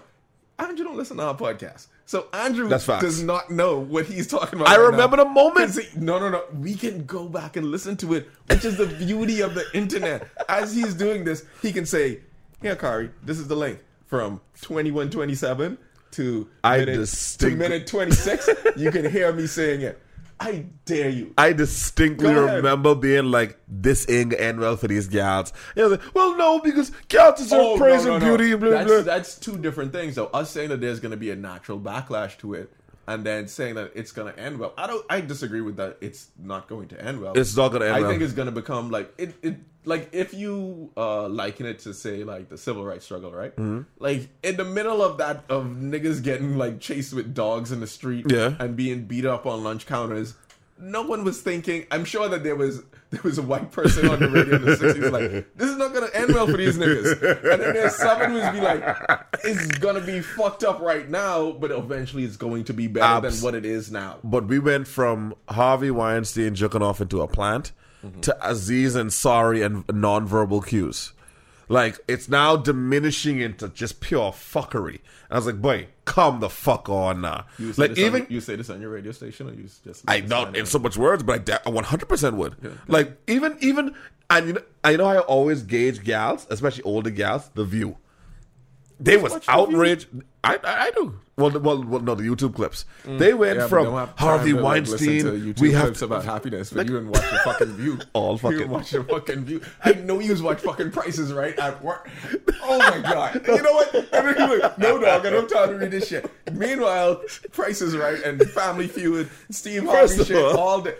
Speaker 4: Andrew don't listen to our podcast, so Andrew
Speaker 5: That's facts.
Speaker 4: does not know what he's talking about.
Speaker 5: I
Speaker 4: right
Speaker 5: remember
Speaker 4: now.
Speaker 5: the moment.
Speaker 4: 'Cause he- no, no, no. We can go back and listen to it, which is the beauty of the internet. As he's doing this, he can say, "Here, Kari, this is the link from twenty-one twenty-seven to
Speaker 5: I
Speaker 4: minute,
Speaker 5: distinct-
Speaker 4: to minute twenty-six. you can hear me saying it. I dare you.
Speaker 5: I distinctly
Speaker 4: Go ahead.
Speaker 5: remember being like, this ain't gonna end well for these gals. And I was like, well, no, because gals deserve
Speaker 4: Oh,
Speaker 5: praise and beauty. and Blah,
Speaker 4: that's,
Speaker 5: blah.
Speaker 4: that's two different things, though. Us saying that there's going to be a natural backlash to it, and then saying that it's going to end well. I don't. I disagree with that. It's not going to end well.
Speaker 5: It's not gonna end
Speaker 4: I
Speaker 5: well.
Speaker 4: think it's going to become like it. it like if you uh liken it to say like the civil rights struggle, right?
Speaker 5: Mm-hmm.
Speaker 4: Like in the middle of that of niggas getting like chased with dogs in the street,
Speaker 5: Yeah.
Speaker 4: and being beat up on lunch counters. No one was thinking. I'm sure that there was there was a white person on the radio in the 60s like, this is not gonna end well for these niggas. And then there's someone who's be like, it's gonna be fucked up right now, but eventually it's going to be better
Speaker 5: Abs-
Speaker 4: than what it is now.
Speaker 5: But we went from Harvey Weinstein jerking off into a plant
Speaker 4: Mm-hmm.
Speaker 5: to Aziz and sorry and nonverbal cues. Like it's now diminishing into just pure fuckery. I was like, boy, come the fuck on now.
Speaker 4: You say
Speaker 5: Like
Speaker 4: this on-
Speaker 5: even
Speaker 4: you say this on your radio station, or you just
Speaker 5: I not in so much words, but I de- I 100% would.
Speaker 4: Yeah.
Speaker 5: Like even even and you know, I know I always gauge gals, especially older gals, the view. They was
Speaker 4: watch The View.
Speaker 5: outraged. I, I I do. Well, the- well, well, no, the YouTube clips. They went
Speaker 4: Mm. Yeah, but
Speaker 5: from
Speaker 4: don't have time
Speaker 5: Harvey
Speaker 4: to, like,
Speaker 5: Weinstein.
Speaker 4: listen to YouTube
Speaker 5: we have
Speaker 4: clips about happiness, but you didn't watch the fucking view.
Speaker 5: (laughs) All
Speaker 4: you
Speaker 5: fucking-
Speaker 4: didn't watch the fucking view. I know you was watch fucking prices right at work. Oh my god! You know what? And then you like, no dog, I don't have time to read this shit. Meanwhile, prices right and Family Feud, Steve
Speaker 5: First
Speaker 4: Harvey
Speaker 5: of
Speaker 4: shit,
Speaker 5: all-
Speaker 4: all, the.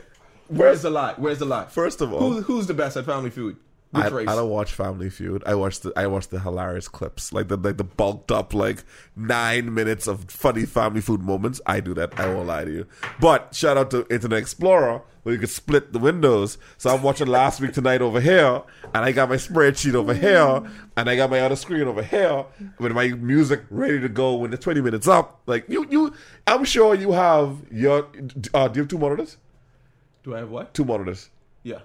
Speaker 4: Where's the lie? Where's the lie?
Speaker 5: First of all-
Speaker 4: Who, who's the best at Family Feud? Which
Speaker 5: I, I
Speaker 4: race?
Speaker 5: don't watch Family Feud. I watch the I watch the hilarious clips, like the like the bulked up like nine minutes of funny Family Food moments. I do that. I won't lie to you. But shout out to Internet Explorer where you could split the windows. So I'm watching last week tonight over here, and I got my spreadsheet over here, and I got my other screen over here with my music ready to go when the 20 minutes up. Like you you, I'm sure you have your. Uh, do you have two monitors?
Speaker 4: Do I have what?
Speaker 5: Two monitors.
Speaker 4: Yeah.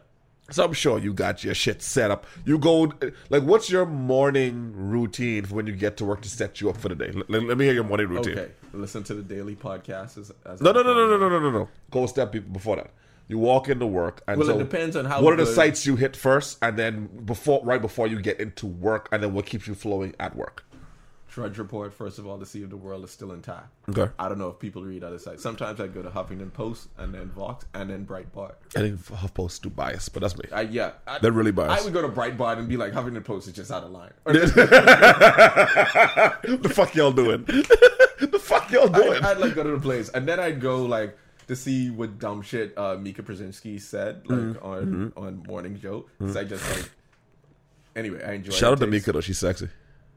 Speaker 5: So I'm sure you got your shit set up. You go like, what's your morning routine for when you get to work to set you up for the day? Let, let- let me hear your morning routine.
Speaker 4: Okay. Listen to the daily podcast. As, as
Speaker 5: No, no, no, no, no, no, no, no, no. Go a step be- before that. You walk into work, and
Speaker 4: Well, it
Speaker 5: so
Speaker 4: depends on how
Speaker 5: What are the
Speaker 4: good-
Speaker 5: sites you hit first, and then before, right before you get into work, and then what keeps you flowing at work?
Speaker 4: Drudge Report, first of all, to see if the world is still intact.
Speaker 5: Okay.
Speaker 4: I don't know if people read other sites. Sometimes I go to Huffington Post and then Vox and then Breitbart.
Speaker 5: I think HuffPost do bias, but that's me.
Speaker 4: I, yeah, I,
Speaker 5: They're really biased.
Speaker 4: I would go to Breitbart and be like, Huffington Post is just out of
Speaker 5: (laughs)
Speaker 4: line. Or
Speaker 5: (laughs) the fuck
Speaker 4: (laughs)
Speaker 5: y'all doing? the fuck y'all doing?
Speaker 4: I'd, I'd like go to the place, and then I'd go like to see what dumb shit uh, Mika Brzezinski said like
Speaker 5: Mm-hmm.
Speaker 4: on on Morning Joe. 'Cause I just like anyway, I enjoy.
Speaker 5: Shout
Speaker 4: her
Speaker 5: out to
Speaker 4: takes.
Speaker 5: Mika though, she's sexy.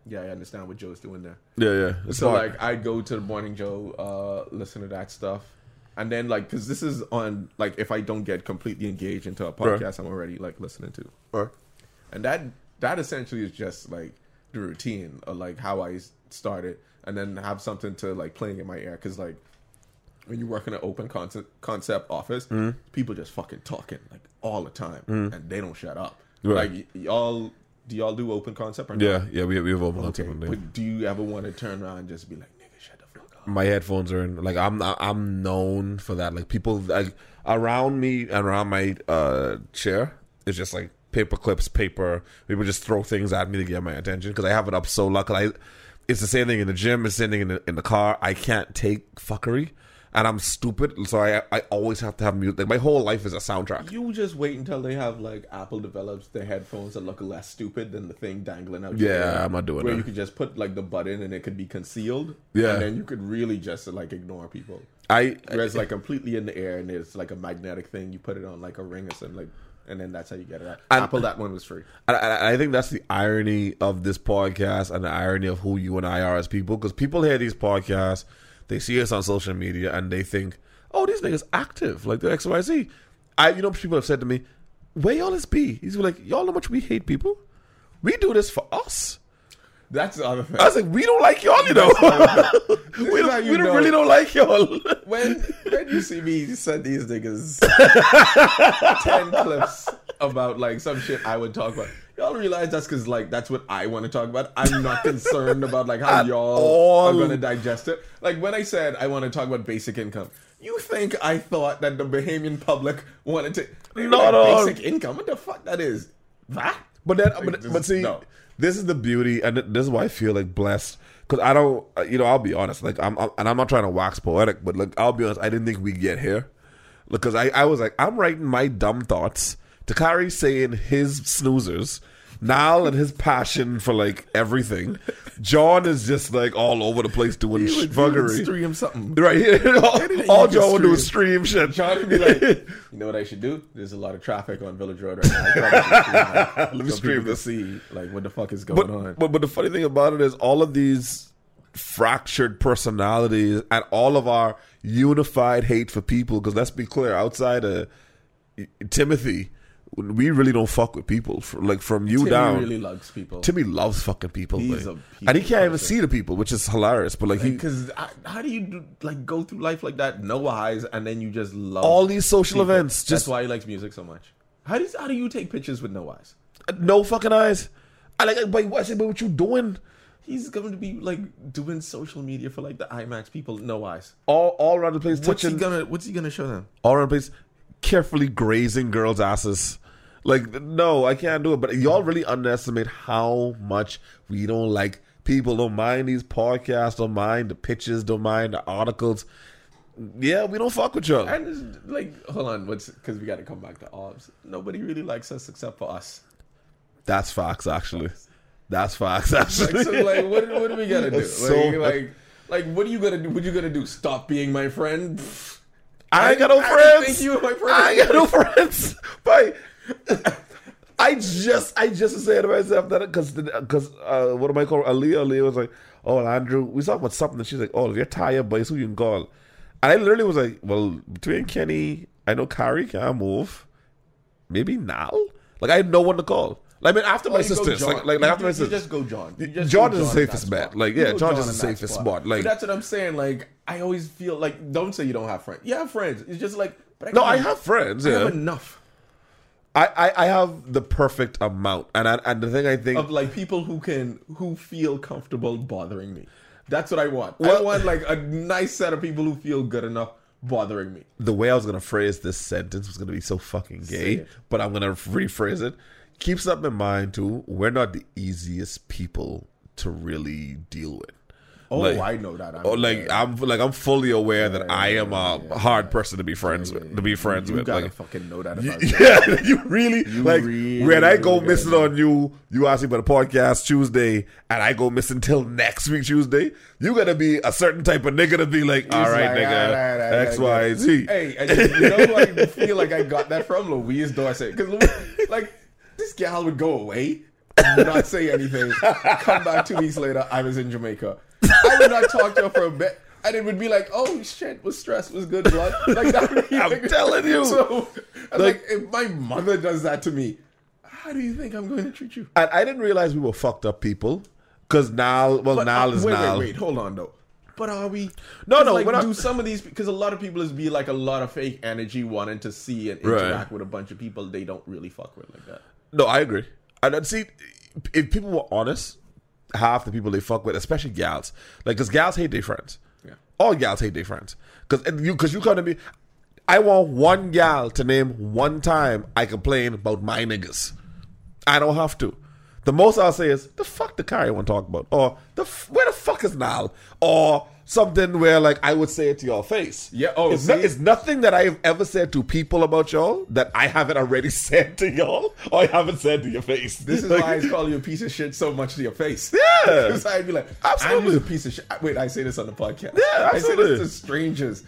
Speaker 4: Yeah, I understand what Joe's doing there.
Speaker 5: Yeah, yeah. It's
Speaker 4: So
Speaker 5: hard.
Speaker 4: like I'd go to the Morning Joe, uh, listen to that stuff, and then like because this is on like if I don't get completely engaged into a
Speaker 5: Right.
Speaker 4: podcast, I'm already like listening to,
Speaker 5: Or-
Speaker 4: and that that essentially is just like the routine of like how I s- started, and then have something to like playing in my ear because like when you work in an open concept concept office, people just fucking talking like all the time, and they don't shut up.
Speaker 5: Right.
Speaker 4: Like y- y'all, do y'all do open concept or not?
Speaker 5: Yeah, yeah, we we have open
Speaker 4: Okay,
Speaker 5: concept on there.
Speaker 4: but do you ever want to turn around and just be like, nigga, shut the fuck up?
Speaker 5: My headphones are in. Like I'm I- I'm known for that. Like people like around me, around my uh chair, it's just like paper clips, paper. People just throw things at me to get my attention because I have it up so loud. 'Cause I, it's the same thing in the gym. It's the same thing in the, in the car. I can't take fuckery, and I'm stupid, so I I always have to have music. Like my whole life is a soundtrack.
Speaker 4: You just wait until they have like Apple develops the headphones that look less stupid than the thing dangling out. your
Speaker 5: Yeah,
Speaker 4: ear,
Speaker 5: I'm not doing
Speaker 4: Where
Speaker 5: that.
Speaker 4: you could just put like the button and it could be concealed.
Speaker 5: Yeah.
Speaker 4: and then you could really just like ignore people.
Speaker 5: I
Speaker 4: Whereas (laughs) like completely in the air and it's like a magnetic thing. You put it on like a ring or something, like, and then that's how you get it out. Apple that one was free.
Speaker 5: And I, and I think that's the irony of this podcast and the irony of who you and I are as people. Because people hear these podcasts, they see us on social media, and they think, "Oh, these niggas active, like they're X, Y, Z." I, you know, people have said to me, "Where y'all is be?" He's like, "Y'all know how much we hate people. We do this for us.
Speaker 4: That's the (laughs) other thing.
Speaker 5: I was like, we don't like y'all, you know. (laughs) we
Speaker 4: how
Speaker 5: don't,
Speaker 4: you
Speaker 5: we don't
Speaker 4: know.
Speaker 5: really don't like y'all.
Speaker 4: When when you see me send these niggas ten clips about like some shit I would talk about, y'all realize that's because like that's what I want to talk about. I'm not concerned about like how
Speaker 5: At
Speaker 4: y'all
Speaker 5: all.
Speaker 4: are gonna digest it. Like when I said I want to talk about basic income, you think I thought that the Bahamian public wanted to They were like,
Speaker 5: Not all.
Speaker 4: basic income? What the fuck that is? That?
Speaker 5: But then,
Speaker 4: Like,
Speaker 5: but,
Speaker 4: this
Speaker 5: but
Speaker 4: is-
Speaker 5: see,
Speaker 4: no.
Speaker 5: this is the beauty, and th- this is why I feel like blessed. Because I don't, uh, you know, I'll be honest. Like I'm, I'm, and I'm not trying to wax poetic, but like I'll be honest, I didn't think we'd get here. Because I, I was like, I'm writing my dumb thoughts. Takari saying his snoozers. Niall and his passion for like everything. John is just like all over the place doing
Speaker 4: He would- he would
Speaker 5: fuckery.
Speaker 4: stream something.
Speaker 5: Right (laughs) here,
Speaker 4: Anything
Speaker 5: all,
Speaker 4: you
Speaker 5: all
Speaker 4: can
Speaker 5: John would do is stream shit.
Speaker 4: John would be
Speaker 5: (laughs)
Speaker 4: like, you know what I should do? There's a lot of traffic on Village Road right now. I probably should stream, like,
Speaker 5: (laughs) Let me
Speaker 4: so
Speaker 5: stream
Speaker 4: people
Speaker 5: this.
Speaker 4: can see like what the fuck is going
Speaker 5: but,
Speaker 4: on.
Speaker 5: But but the funny thing about it is all of these fractured personalities and all of our unified hate for people. Because let's be clear, outside of Timothy, we really don't fuck with people. fr- Like from you
Speaker 4: Timmy
Speaker 5: down,
Speaker 4: really loves people.
Speaker 5: Timmy loves fucking people,
Speaker 4: He's
Speaker 5: like.
Speaker 4: a people
Speaker 5: and he can't even
Speaker 4: person.
Speaker 5: see the people, which is hilarious. But like he.
Speaker 4: because how do you do, like go through life like that, no eyes, and then you just love
Speaker 5: All these social
Speaker 4: people?
Speaker 5: events, just
Speaker 4: That's why he likes music so much. How do you, how do you take pictures with no eyes?
Speaker 5: no fucking eyes. I like, but what, I said, but what you doing?
Speaker 4: He's going to be like doing social media for like the IMAX people, no eyes.
Speaker 5: All all around the place,
Speaker 4: What's
Speaker 5: touching.
Speaker 4: he gonna What's he gonna show them?
Speaker 5: all around the place, carefully grazing girls' asses. Like, no, I can't do it. But y'all really underestimate how much we don't like people. Don't mind these podcasts. Don't mind the pitches. Don't mind the articles. Yeah, we don't fuck with y'all.
Speaker 4: And it's, like, hold on, what's because we got to come back to OBS. Nobody really likes us except for us.
Speaker 5: That's facts, actually. That's facts, (laughs)
Speaker 4: Like,
Speaker 5: actually.
Speaker 4: so, like, what, what are we gonna do? Like,
Speaker 5: (laughs) That's so much-
Speaker 4: like, like, what are you gonna do? What are you gonna do? Stop being my friend? Pfft.
Speaker 5: I ain't got no
Speaker 4: I
Speaker 5: friends.
Speaker 4: think you were my friend.
Speaker 5: I ain't got no friends. (laughs) But I just, I just was saying to myself that because, because uh, what am I called? Aaliyah, Aaliyah was like, "Oh, Andrew, we talking about something." And she's like, "Oh, if you're tired, boys, who you can call?" And I literally was like, "Well, between Kenny, I know Carrie can't move. Maybe now, like I had no one to call. Like, I mean, after my
Speaker 4: Oh, you go
Speaker 5: sisters,
Speaker 4: John.
Speaker 5: like, like,
Speaker 4: You-
Speaker 5: like after
Speaker 4: you-
Speaker 5: my
Speaker 4: you
Speaker 5: sisters,
Speaker 4: just go John. You just
Speaker 5: John
Speaker 4: go
Speaker 5: is the
Speaker 4: John in
Speaker 5: safest
Speaker 4: that
Speaker 5: bet.
Speaker 4: spot.
Speaker 5: Like,
Speaker 4: You
Speaker 5: yeah,
Speaker 4: go
Speaker 5: John
Speaker 4: John
Speaker 5: is the
Speaker 4: in that
Speaker 5: safest
Speaker 4: spot.
Speaker 5: spot. Like,
Speaker 4: But that's what I'm saying. Like, I always feel like don't say you don't have friends. You have friends. It's just like, but I
Speaker 5: no,
Speaker 4: can't-
Speaker 5: I have friends.
Speaker 4: I
Speaker 5: yeah.
Speaker 4: have enough
Speaker 5: I, I, I have the perfect amount, and I, and the thing I think
Speaker 4: of like people who can who feel comfortable bothering me. That's what I want. I
Speaker 5: Well-
Speaker 4: want like a nice set of people who feel good enough bothering me.
Speaker 5: the way I was gonna phrase this sentence was gonna be so fucking
Speaker 4: Say
Speaker 5: gay,
Speaker 4: it.
Speaker 5: but I'm gonna rephrase it. Keep something in mind too. We're not the easiest people to really deal with.
Speaker 4: Oh,
Speaker 5: Like-
Speaker 4: I know that. I'm
Speaker 5: Oh, like I'm like I'm fully aware that I am a hard person to be friends with. To be friends
Speaker 4: you
Speaker 5: with,
Speaker 4: gotta
Speaker 5: like
Speaker 4: fucking know that
Speaker 5: Y-
Speaker 4: (laughs) about yourself.
Speaker 5: Yeah, (laughs) you really like
Speaker 4: really
Speaker 5: when I go
Speaker 4: really
Speaker 5: missing on you. You ask me about a podcast Tuesday, and I go missing till next week Tuesday. You gotta be a certain type of nigga to be like, all right,
Speaker 4: like, "Ah,
Speaker 5: nigga,
Speaker 4: all right, all right,
Speaker 5: X,
Speaker 4: all right."
Speaker 5: Y, Z.
Speaker 4: Hey, and you you know who I feel like I got that from Louise Dorset because like this gal would go away, not say anything, come back two weeks later. I was in Jamaica. I would not talk to her for a bit, and it would be like, "Oh shit, was stress, was good blood." Like that. Would be
Speaker 5: (laughs) I'm telling you.
Speaker 4: So, I'm
Speaker 5: Like-
Speaker 4: like, if my mother does that to me, how do you think I'm going to treat you?
Speaker 5: And I didn't realize we were fucked up people. Cause now, well,
Speaker 4: But,
Speaker 5: now
Speaker 4: uh,
Speaker 5: is
Speaker 4: wait,
Speaker 5: now.
Speaker 4: Wait, wait, hold on though. But are we?
Speaker 5: No,
Speaker 4: 'cause,
Speaker 5: no,
Speaker 4: Like,
Speaker 5: we're not-
Speaker 4: do some of these because a lot of people is be like a lot of fake energy wanting to see and
Speaker 5: Right.
Speaker 4: interact with a bunch of people they don't really fuck with like that.
Speaker 5: No, I agree. And then see, if people were honest, half the people they fuck with, especially gals, like because gals hate their friends.
Speaker 4: Yeah.
Speaker 5: All gals hate their friends because you because you come to me. I want one gal to name one time I complain about my niggas. I don't have to. The most I'll say is the fuck the car you want to talk about, or the f- where the fuck is Nile, or something where like I would say it to your face.
Speaker 4: Yeah, oh,
Speaker 5: it's, no-
Speaker 4: see?
Speaker 5: it's nothing that I've ever said to people about y'all that I haven't already (laughs) said to y'all, or I haven't said to your face.
Speaker 4: This is
Speaker 5: Like, (laughs)
Speaker 4: why I call (laughs) you a piece of shit so much to your face. (laughs)
Speaker 5: Yeah.
Speaker 4: because I'd be like,
Speaker 5: Absolutely.
Speaker 4: absolutely a piece of shit. I- Wait, I say this on the podcast.
Speaker 5: Yeah,
Speaker 4: I say
Speaker 5: absolutely.
Speaker 4: this to strangers.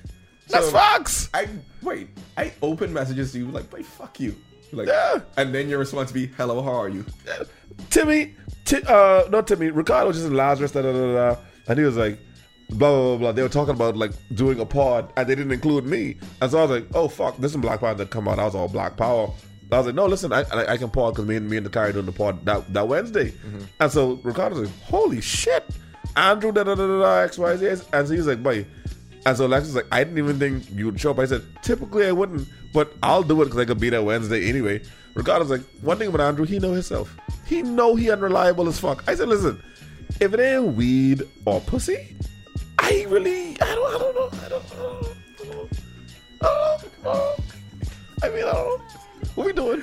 Speaker 5: that's
Speaker 4: So,
Speaker 5: facts.
Speaker 4: I wait. I open messages to you like, wait, fuck you. You're like,
Speaker 5: Yeah.
Speaker 4: And then your response be, hello, how are you?
Speaker 5: Timmy, ti uh, not Timmy, Ricardo was just in Lazarus, da, da, da, da, and he was like, blah, blah, blah, blah. They were talking about like doing a pod, and they didn't include me. And so I was like, oh, fuck, this is Black Power that come out. I was all Black Power. I was like, no, listen, I I, I can pod because me and me and the Tyre doing the pod that, that Wednesday,
Speaker 4: Mm-hmm.
Speaker 5: and so Ricardo's like, holy shit, Andrew da da da da da X Y Z, and so he's like, boy, and so Lex is like, I didn't even think you'd show up. I said, typically I wouldn't, but I'll do it because I could be there Wednesday anyway. Ricardo's like, one thing about Andrew, he know himself, he know he unreliable as fuck. I said, listen, if it ain't weed or pussy, I really, I don't, I don't know, I don't, I don't know. I don't know. I don't know. I mean, I don't know. What we doing?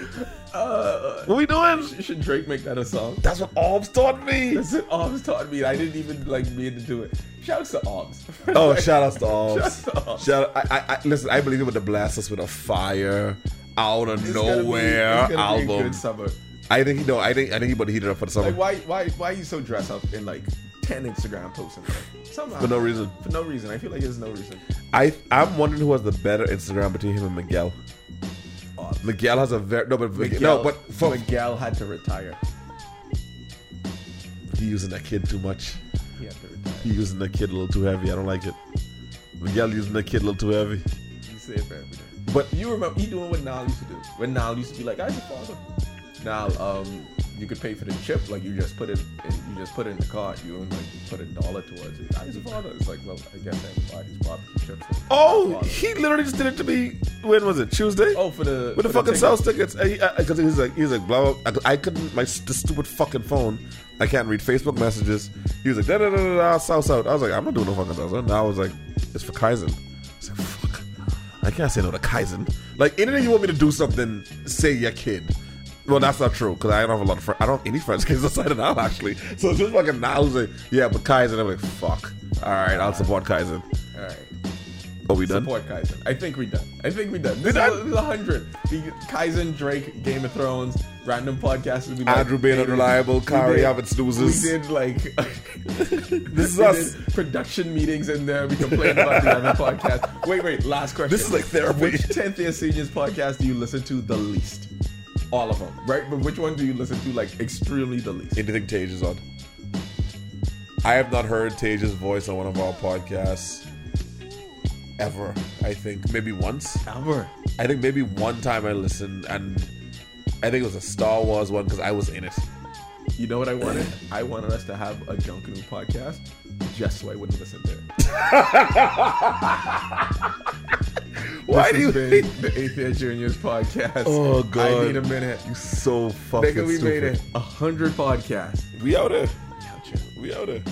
Speaker 5: what we doing?
Speaker 4: Uh, Should Drake make that a song?
Speaker 5: That's what Orbs taught me.
Speaker 4: That's what Orbs taught me. I didn't even like be able to do it. Shouts to (laughs) Orbs.
Speaker 5: (laughs) Oh, shout outs to Orbs.
Speaker 4: Shout out to Orbs.
Speaker 5: Shout out, I, I, I, listen, I believe it would have blast us with a fire out of
Speaker 4: It's gonna be- it's
Speaker 5: nowhere
Speaker 4: gonna be a
Speaker 5: album.
Speaker 4: good summer.
Speaker 5: I think he no, I think I think he would heat it up for the summer
Speaker 4: Like why why why are you so dressed up in like ten Instagram posts and like, somehow
Speaker 5: for no reason.
Speaker 4: for no reason. I feel like there's no reason.
Speaker 5: I I'm wondering who has the better Instagram between him and Miguel. Miguel has a very no, but Miguel, no, but for,
Speaker 4: Miguel had to retire.
Speaker 5: he using that kid too much.
Speaker 4: He had to retire.
Speaker 5: He using that kid a little too heavy. I don't like it. Miguel using that kid a little too heavy.
Speaker 4: He saved for everything.
Speaker 5: But
Speaker 4: You remember he doing what Nile used to do. When Nile used to be like, I just father. Now, um, you could pay for the chip, like you just put it in, you just put it in the cart, you only like put a dollar towards it. I was a father. It's like, well, I guess I have to buy these barbecue chips. for
Speaker 5: Oh,
Speaker 4: father.
Speaker 5: he literally just did it to me. When was it? Tuesday.
Speaker 4: Oh, for the
Speaker 5: with the Uh,
Speaker 4: for
Speaker 5: fucking
Speaker 4: ticket.
Speaker 5: sales tickets. Because he's like, he's like, blah. blah. I, I couldn't. My st- stupid fucking phone. I can't read Facebook messages. He was like, da da da da da, south south. I was like, I'm not doing no fucking south. And I was like, it's for Kaizen. I was like, fuck. I can't say no to Kaizen. Like, anything you want me to do something, say your kid. Well, that's not true because I don't have a lot of friends. I don't have any friends kids (laughs) outside of now actually. So it's just fucking now. Like, yeah, but Kaizen. I'm like, fuck. All right, I'll support Kaizen.
Speaker 4: All right.
Speaker 5: Are we done?
Speaker 4: Support Kaizen. I think we done. I think we done. This,
Speaker 5: done?
Speaker 4: Is, this is 100. The Kaizen, Drake, Game of Thrones, random podcasts. would be like-
Speaker 5: Andrew being
Speaker 4: Hey, we-
Speaker 5: unreliable, Kyrie
Speaker 4: did-
Speaker 5: having snoozes.
Speaker 4: We did like (laughs)
Speaker 5: This is
Speaker 4: we
Speaker 5: us.
Speaker 4: did production meetings in there. We complained about the random podcast. Wait, wait. Last question.
Speaker 5: This is like therapy.
Speaker 4: Which 10th year seniors podcast do you listen to the least? All of them, right? But which one do you listen to like extremely the least?
Speaker 5: anything Tage is on. I have not heard Tage's voice on one of our podcasts ever. I think maybe once.
Speaker 4: Ever.
Speaker 5: I think maybe one time I listened, and I think it was a Star Wars one because I was in it.
Speaker 4: You know what I wanted? I wanted us to have a junk new podcast just so I wouldn't listen to it.
Speaker 5: Why do
Speaker 4: This
Speaker 5: you?
Speaker 4: has been the Atheist Juniors podcast?
Speaker 5: Oh, God.
Speaker 4: I need a minute.
Speaker 5: you so fucking
Speaker 4: Nigga, we made
Speaker 5: stupid.
Speaker 4: it a hundred podcasts.
Speaker 5: We out there. We out there.